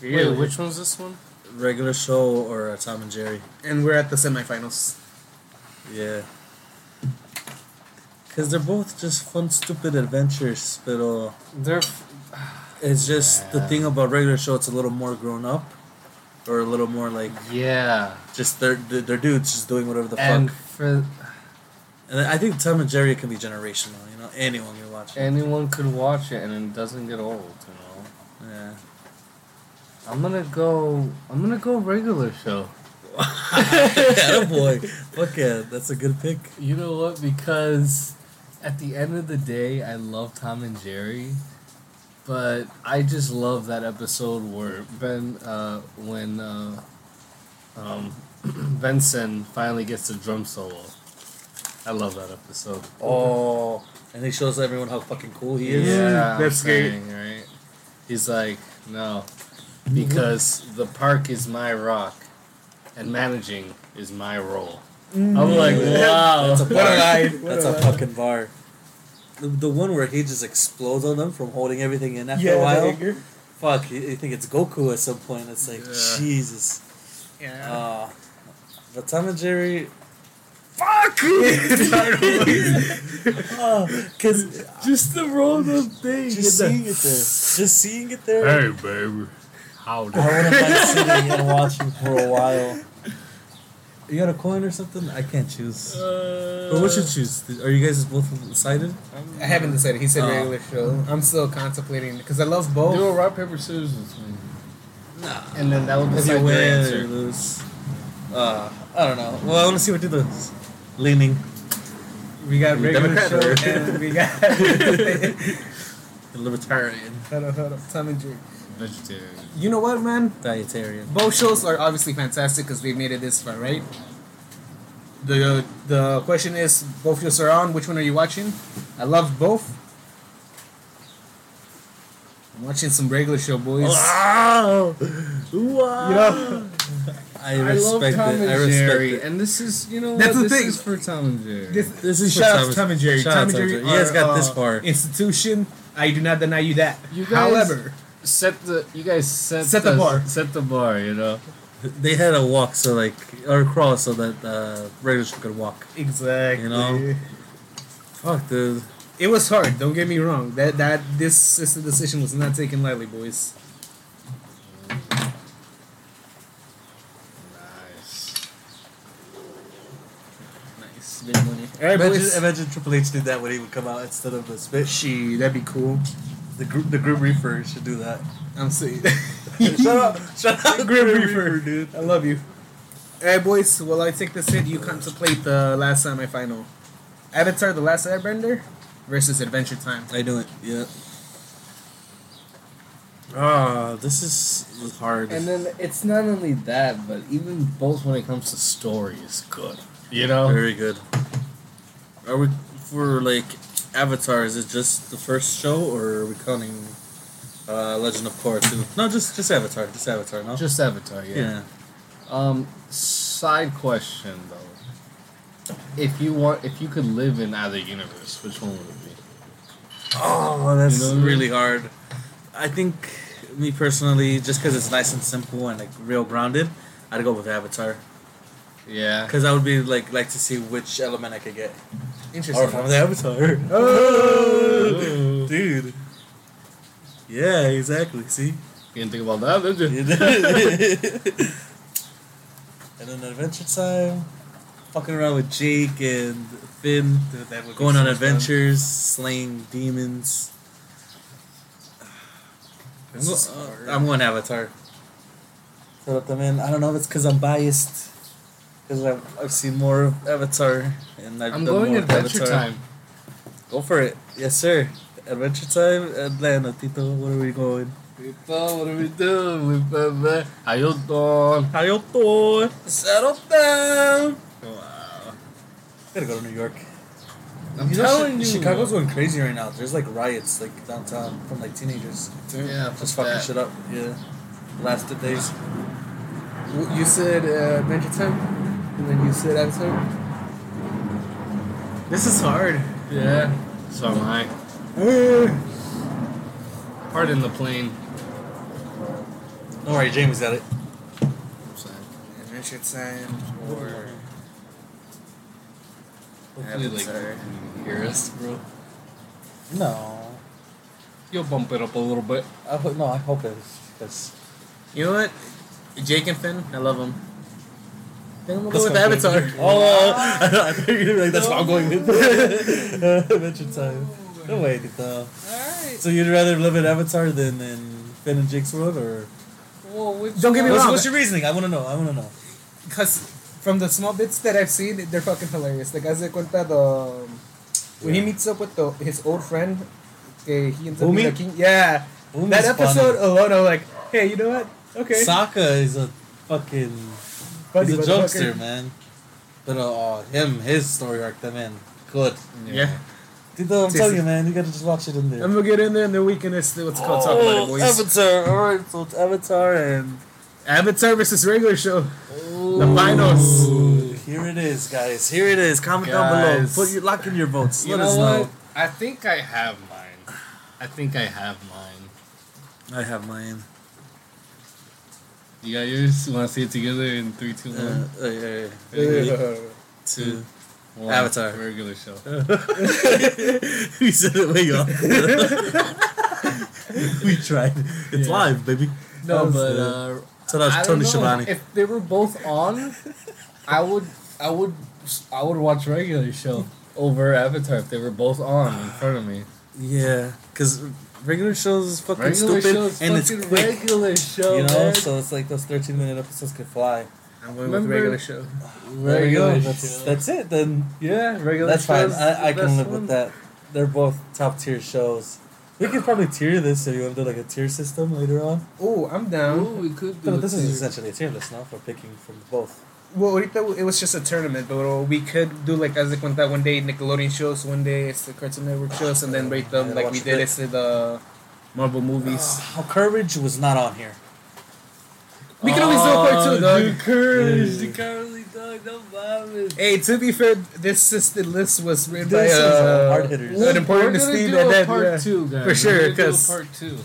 C: Wait, which one's this one?
A: Regular show or uh, Tom and Jerry?
B: And we're at the semifinals.
A: Yeah. Cause they're both just fun, stupid adventures, but uh,
C: They're. f-
A: it's just the
C: Yeah.
A: thing about regular show. It's a little more grown up, or a little more like
C: Yeah.
A: just they're they're dudes just doing whatever the
C: and
A: fuck.
C: for
A: And I think Tom and Jerry can be generational. You know, anyone can watch it.
C: anyone could watch it and it doesn't get old, you know.
A: Yeah.
C: I'm gonna go. I'm gonna go regular show.
A: Attaboy. Fuck yeah, that's a good pick.
C: You know what? Because at the end of the day, I love Tom and Jerry, but I just love that episode where Ben, uh, when uh, um, Benson finally gets the drum solo. I love that episode.
A: Oh, and he shows everyone how fucking cool he is.
C: Yeah,
B: that's
C: that's great. Right? He's like, no, because the park is my rock, and managing is my role. I'm like,
A: Mm.
C: wow.
A: That's a
B: What a
A: bar.
B: line. What
A: That's a
B: a line.
A: fucking bar. The, the one where he just explodes on them from holding everything in after a while. Fuck, you, you think it's Goku at some point. It's like,
C: Yeah.
A: Jesus.
B: Yeah.
A: Uh, but Tom and Jerry. Uh, Because
C: Just the rolled up thing.
A: just seeing it there. Just seeing it there.
C: Hey, baby. Howdy.
A: I wouldn't mind sitting and watching for a while. You got a coin or something? I can't choose.
C: Uh,
A: but what should choose? Are you guys both decided?
B: I haven't decided. He said
A: Oh.
B: regular show. I'm still contemplating because I love
C: Do
B: both.
C: a rock, paper, scissors with me.
A: Nah.
C: And then that would
A: If
C: decide
A: you
C: your
A: win or
C: answer.
A: lose. Uh, I don't know. Well, I want to see what you do. Leaning.
B: We got
A: You're
B: regular
A: Democrat,
B: show
A: right?
B: and we got
A: Libertarian.
B: hold on, hold on. Tom and Jerry.
C: Vegetarian.
B: You know what, man?
A: Dietarian.
B: Both shows are obviously fantastic because we made it this far, right? the the question is both of us are on. Which one are you watching? I love both. I'm watching some regular show, boys.
C: Wow! Wow!
B: You know,
A: I
C: I love
A: respect
C: Tom
A: it.
C: and
A: I respect
C: Jerry,
A: it.
C: and this is you know
B: That's
C: what?
B: the
C: this
B: thing.
C: is for Tom and Jerry.
B: this, this is
A: For
B: shout out
A: Tom-
B: to Tom and Jerry.
A: shout
B: Tom
A: out
B: and
A: to Tom
B: Jerry.
A: and Jerry. You guys
B: are,
A: got this
B: uh,
A: far.
B: Institution. I do not deny you that.
C: You guys-
B: However,
C: set the you guys set,
B: Set the bar.
C: Set the bar. You know.
A: They had a walk so like or crawl so that uh, Raiders could walk.
B: exactly.
A: You know? Fuck, dude.
B: It was hard. Don't get me wrong. That that this this decision was not taken lightly, boys.
C: Nice.
B: Nice, big money. All right,
A: Imagine,
B: boys.
A: imagine Triple H did that when he would come out instead of the spit.
B: She, that'd be cool.
A: The group, the group reefer should do that.
B: I'm saying.
A: shut up, shut up,
B: Grim
A: Grim
B: Reaper.
A: Reaper, dude.
B: I love you. All right, boys. Well, I take this hit. You contemplate the last semi final. Avatar: The Last Airbender versus Adventure Time.
A: I knew it. Yeah. Ah, this is hard.
C: And then it's not only that, but even both when it comes to story is good. You know.
A: Very good. Are we for like Avatar? Is it just the first show, or are we counting uh, Legend of Korra too? No, just just Avatar. Just Avatar. No.
C: Just Avatar.
A: yeah.
C: Um, side question though. If you want, if you could live in either universe, which one would it be?
A: Oh, that's
C: You know what I mean?
A: really hard. I think me personally, just because it's nice and simple and like real grounded, I'd go with Avatar
C: Yeah.
A: because I would be like like to see which element I could get. Or if I'm
B: Interesting.
A: the Avatar.
B: Oh!
A: dude. Yeah, exactly. See.
C: You didn't think about that, did you?
A: and then Adventure Time, fucking around with Jake and Finn,
B: Dude, that would be
A: going
B: so
A: on
B: much
A: adventures, slaying demons.
B: fun.
A: I'm,
B: This is
A: go- uh,
B: hard.
A: I'm going Avatar. Set up the man. I don't know if it's because I'm biased, because I've, I've seen more of Avatar and I've
C: I'm
A: done
C: going
A: more of
C: Adventure
A: Avatar.
C: Time.
A: Go for it, yes sir. Adventure Time, Atlanta, Tito. Where are we going?
C: People, what are we doing? We baby. How you doing?
A: How you doing? Settle down.
C: Wow.
A: Gotta go to New York.
C: I'm
A: You know,
C: telling
A: Chi-
C: you.
A: Chicago's going crazy right now. There's like riots like downtown from like teenagers
C: Yeah, fuck
A: just fucking
C: that.
A: shit up. Yeah, last two days.
B: W- You said uh, Adventure Time, and then you said Avatar. This is hard.
C: Yeah. So am I.
B: Uh,
C: Pardon the plane.
A: Don't worry, Jamie's got it.
B: Adventure Time or
C: Hopefully, like,
B: Avatar.
C: you hear us, bro.
A: No,
C: You'll bump it up a little bit.
A: I hope no. I hope it's because
B: You know what? Jake and Finn, I love them. Then I'm gonna
A: That's
B: go with
A: what I'm
B: Avatar.
A: oh, I thought you were like that's what I'm going with. Adventure time. No way, Tito.
C: Alright.
A: So you'd rather live in Avatar than in Finn and Jake's world, or
C: Well, which
B: Don't get me
C: one?
A: what's,
B: wrong.
A: what's your reasoning? I want to know. I want to know.
B: Because from the small bits that I've seen, they're fucking hilarious. Like, as de cuenta, the, um, when he
A: Yeah.
B: meets up with the, his old friend, que he ends up
A: Umi?
B: being a king. Yeah.
A: Umi's
B: that
A: funny.
B: episode alone, I'm like, hey, you know what? Okay.
A: Sokka is a fucking.
B: Funny
A: He's a
B: motherfucker.
A: jokester, man. But uh, uh, him, his story arc, that man, good.
B: Yeah.
A: Tito, I'm
B: Tis-
A: telling you, man, you gotta just watch it in there.
B: I'm gonna get in there and then we can let's, let's go talk about it, boys.
A: Avatar. All right, so it's Avatar and
B: Avatar versus regular show.
A: the
B: finals.
A: Here it is, guys. Here it is. Comment down
C: Guys.
A: below. Put your lock in your votes.
C: You
A: Let us
C: know
A: know.
C: what? I think I have mine. I think I have mine.
A: I have mine.
C: You got yours? You want to see it together in three, two,
A: Uh,
C: one.
A: uh, uh,
C: Three,
A: two.
C: one.
A: Avatar.
C: Regular show.
A: we said it way off. we tried. It's
C: Yeah.
A: live, baby.
C: No,
A: That was,
C: but
A: uh,
C: uh,
A: so that was
C: I don't
A: Tony
C: know.
A: Schiavone.
C: If they were both on, I would, I would, I would watch regular show over Avatar if they were both on in front of me.
A: Yeah, because regular shows is fucking
C: Regular
A: stupid
C: show is
A: and it's
C: fucking
A: quick.
C: regular show,
A: you know,
C: man.
A: so it's like those thirteen minute episodes could fly.
B: I'm going with
C: Remember-
B: regular show.
A: There you go.
C: Regular
A: That's,
C: show.
A: that's it. Then
C: yeah, regular.
A: that's
C: show
A: fine.
C: is the
A: I, I can
C: best
A: live
C: one.
A: with that. They're both top tier shows. We could probably tier this if you want to do like a tier system later on.
B: Oh, I'm down.
C: Ooh, we could do.
A: But
C: it
A: this is
C: too.
A: essentially a tier list now for picking from both.
B: well, ahorita it was just a tournament, but we could do like as de cuenta one day Nickelodeon shows, one day it's the Cartoon Network shows, and then right
A: Yeah,
B: them like
A: watch
B: we
A: it.
B: did it's the Marvel movies.
C: Ah.
A: Oh, Courage was not on here.
B: we can always do a part two, dog.
C: Oh, Dude, courage,
A: Yeah.
C: the cowardly dog, no vomit.
B: Hey, to be fair, this assisted list was written
A: This is
B: by uh,
A: a hard hitters.
B: An important
C: We're gonna
B: Steve
C: do
B: and
C: a
B: then
C: part
B: yeah.
C: two, guys.
B: For sure,
C: We're gonna do a
B: 'cause-
C: part two.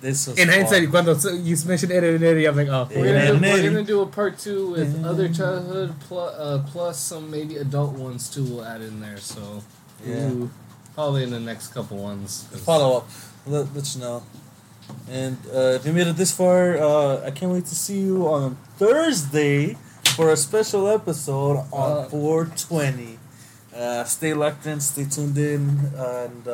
A: This was
B: In
A: fun.
B: hindsight, cuando so- you mentioned Eddie and Eddie, I'm like, oh,
A: Yeah.
C: We're gonna, do,
A: maybe.
C: we're gonna do a part two with other childhood plus, uh, plus some maybe adult ones too. We'll add in there, so
A: Yeah.
B: Ooh.
C: probably in the next couple ones. 'cause-
A: Follow up. Let, let us know. And uh, if you made it this far, uh, I can't wait to see you on Thursday for a special episode on
C: Uh,
A: 420. Uh, stay locked in, stay tuned in, and uh,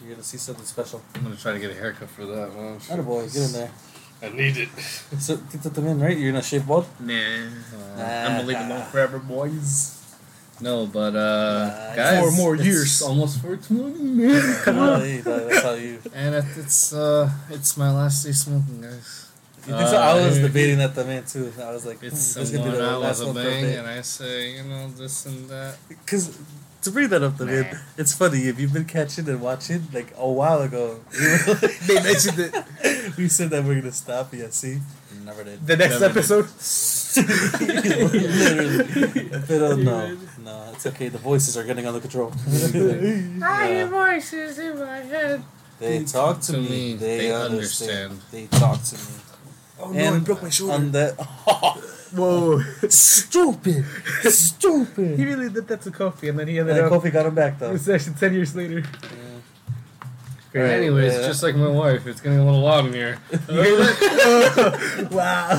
A: you're gonna see something special.
C: I'm gonna try to get a haircut for that one.
A: Atta boy, get in there.
C: I need it.
A: So, get that in, right? You're gonna shave bald?
B: nah,
C: Uh,
A: Nah.
B: I'm gonna leave alone forever, boys.
C: no, but
A: Uh,
C: uh, guys,
B: four more
C: it's
B: years.
C: almost 420, man. Come on.
A: Hey, that- that's how you.
C: And it- it's uh, it's my last day smoking, guys.
A: You think so? I was
C: Uh,
A: debating that the man too. I was like,
C: It's
A: hmm, this could be
C: someone
A: the
C: I was
A: last
C: a
A: one for a
C: bang,
A: bit.
C: and I say, you know, this and that.
A: Because to bring that up, the man, it's funny. If you've been catching and watching, like a while ago, we,
B: They mentioned it
A: were- we said that we're gonna stop. Yeah, see, never did.
B: the next
C: Never did.
B: episode.
A: Literally, but uh, no, no, it's okay. The voices are getting under control. Yeah.
C: voices in my head.
A: They talk to, me. They, understand. They talk to me.
B: Oh
A: and On that,
B: Whoa,
A: stupid,
B: he
A: stupid.
B: really did that to Kofi, and then he
A: And
B: ended
A: then
B: up
A: Kofi got him back though.
B: in session ten years later.
A: Right,
C: Anyways,
A: yeah.
C: just like my wife, it's getting a little loud in here.
B: You hear that? wow.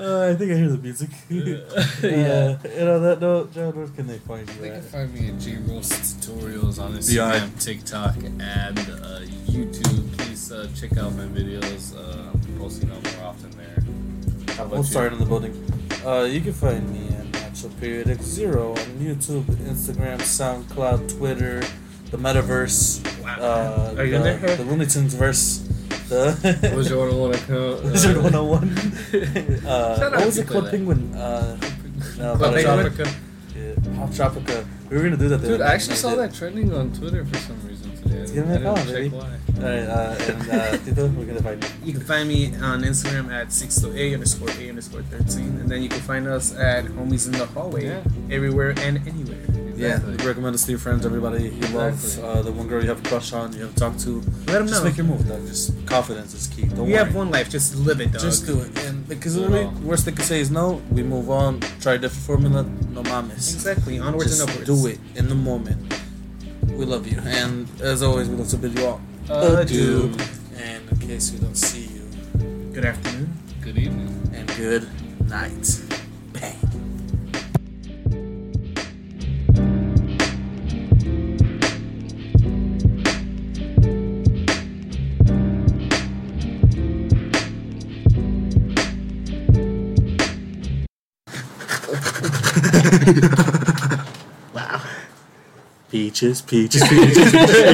A: Uh, I think I hear the music.
C: yeah.
A: Uh, and on that note, John, where can they find you?
C: They can
A: At?
C: find me at G Rolls Tutorials on
A: Yeah.
C: Instagram, TikTok, and uh, YouTube. Please uh, check out my videos. Uh, I'm posting them more often there. How about
A: We'll start in the building. Uh, you can find me at Natural Periodic Zero on YouTube, Instagram, SoundCloud, Twitter, the Metaverse,
C: you? Wow.
A: uh,
B: Are you in
A: the,
B: there?
A: the Looney Tunes verse, the
C: Wizard 101.
A: Wizard 101. uh,
C: Shut
A: what
C: up,
A: was
C: you
A: it called?
C: play that.
A: Penguin. Uh, no,
B: But
A: Pop
B: they
A: Tropica.
B: don't-
A: Yeah, Pop Tropica. We were gonna do that. the
C: Dude,
A: other
C: I
A: day,
C: actually
A: and
C: saw
A: we
C: that
A: didn't.
C: trending on Twitter for some reason today. I
A: Give me a
C: didn't
A: call,
C: check
A: baby.
C: why.
A: Alright, uh, and uh, Tito, we're gonna find you.
B: You can find me on Instagram at 608 underscore A underscore 13. And then you can find us at Homies in the Hallway
C: Yeah.
B: everywhere and anywhere.
A: Yeah,
C: Exactly.
A: recommend this to your friends, everybody you love,
C: Exactly.
A: uh, the one girl you have a crush on, you have to talk to.
B: Let them
A: Just
B: know.
A: make your move, dog. Just confidence is key. Don't worry.
B: We have one life, just live it, dog.
A: Just do it. And because
C: Do it
A: the
C: all.
A: worst they can say is no, we move on, try a different formula, no mames.
B: exactly, onwards
A: Just
B: and upwards.
A: do it in the moment. We love you. And as always, we love to bid you all
C: Adieu.
A: And in case we don't see you,
B: Good afternoon.
C: Good evening.
A: and good night. Bang. wow. Peaches, peaches, peaches.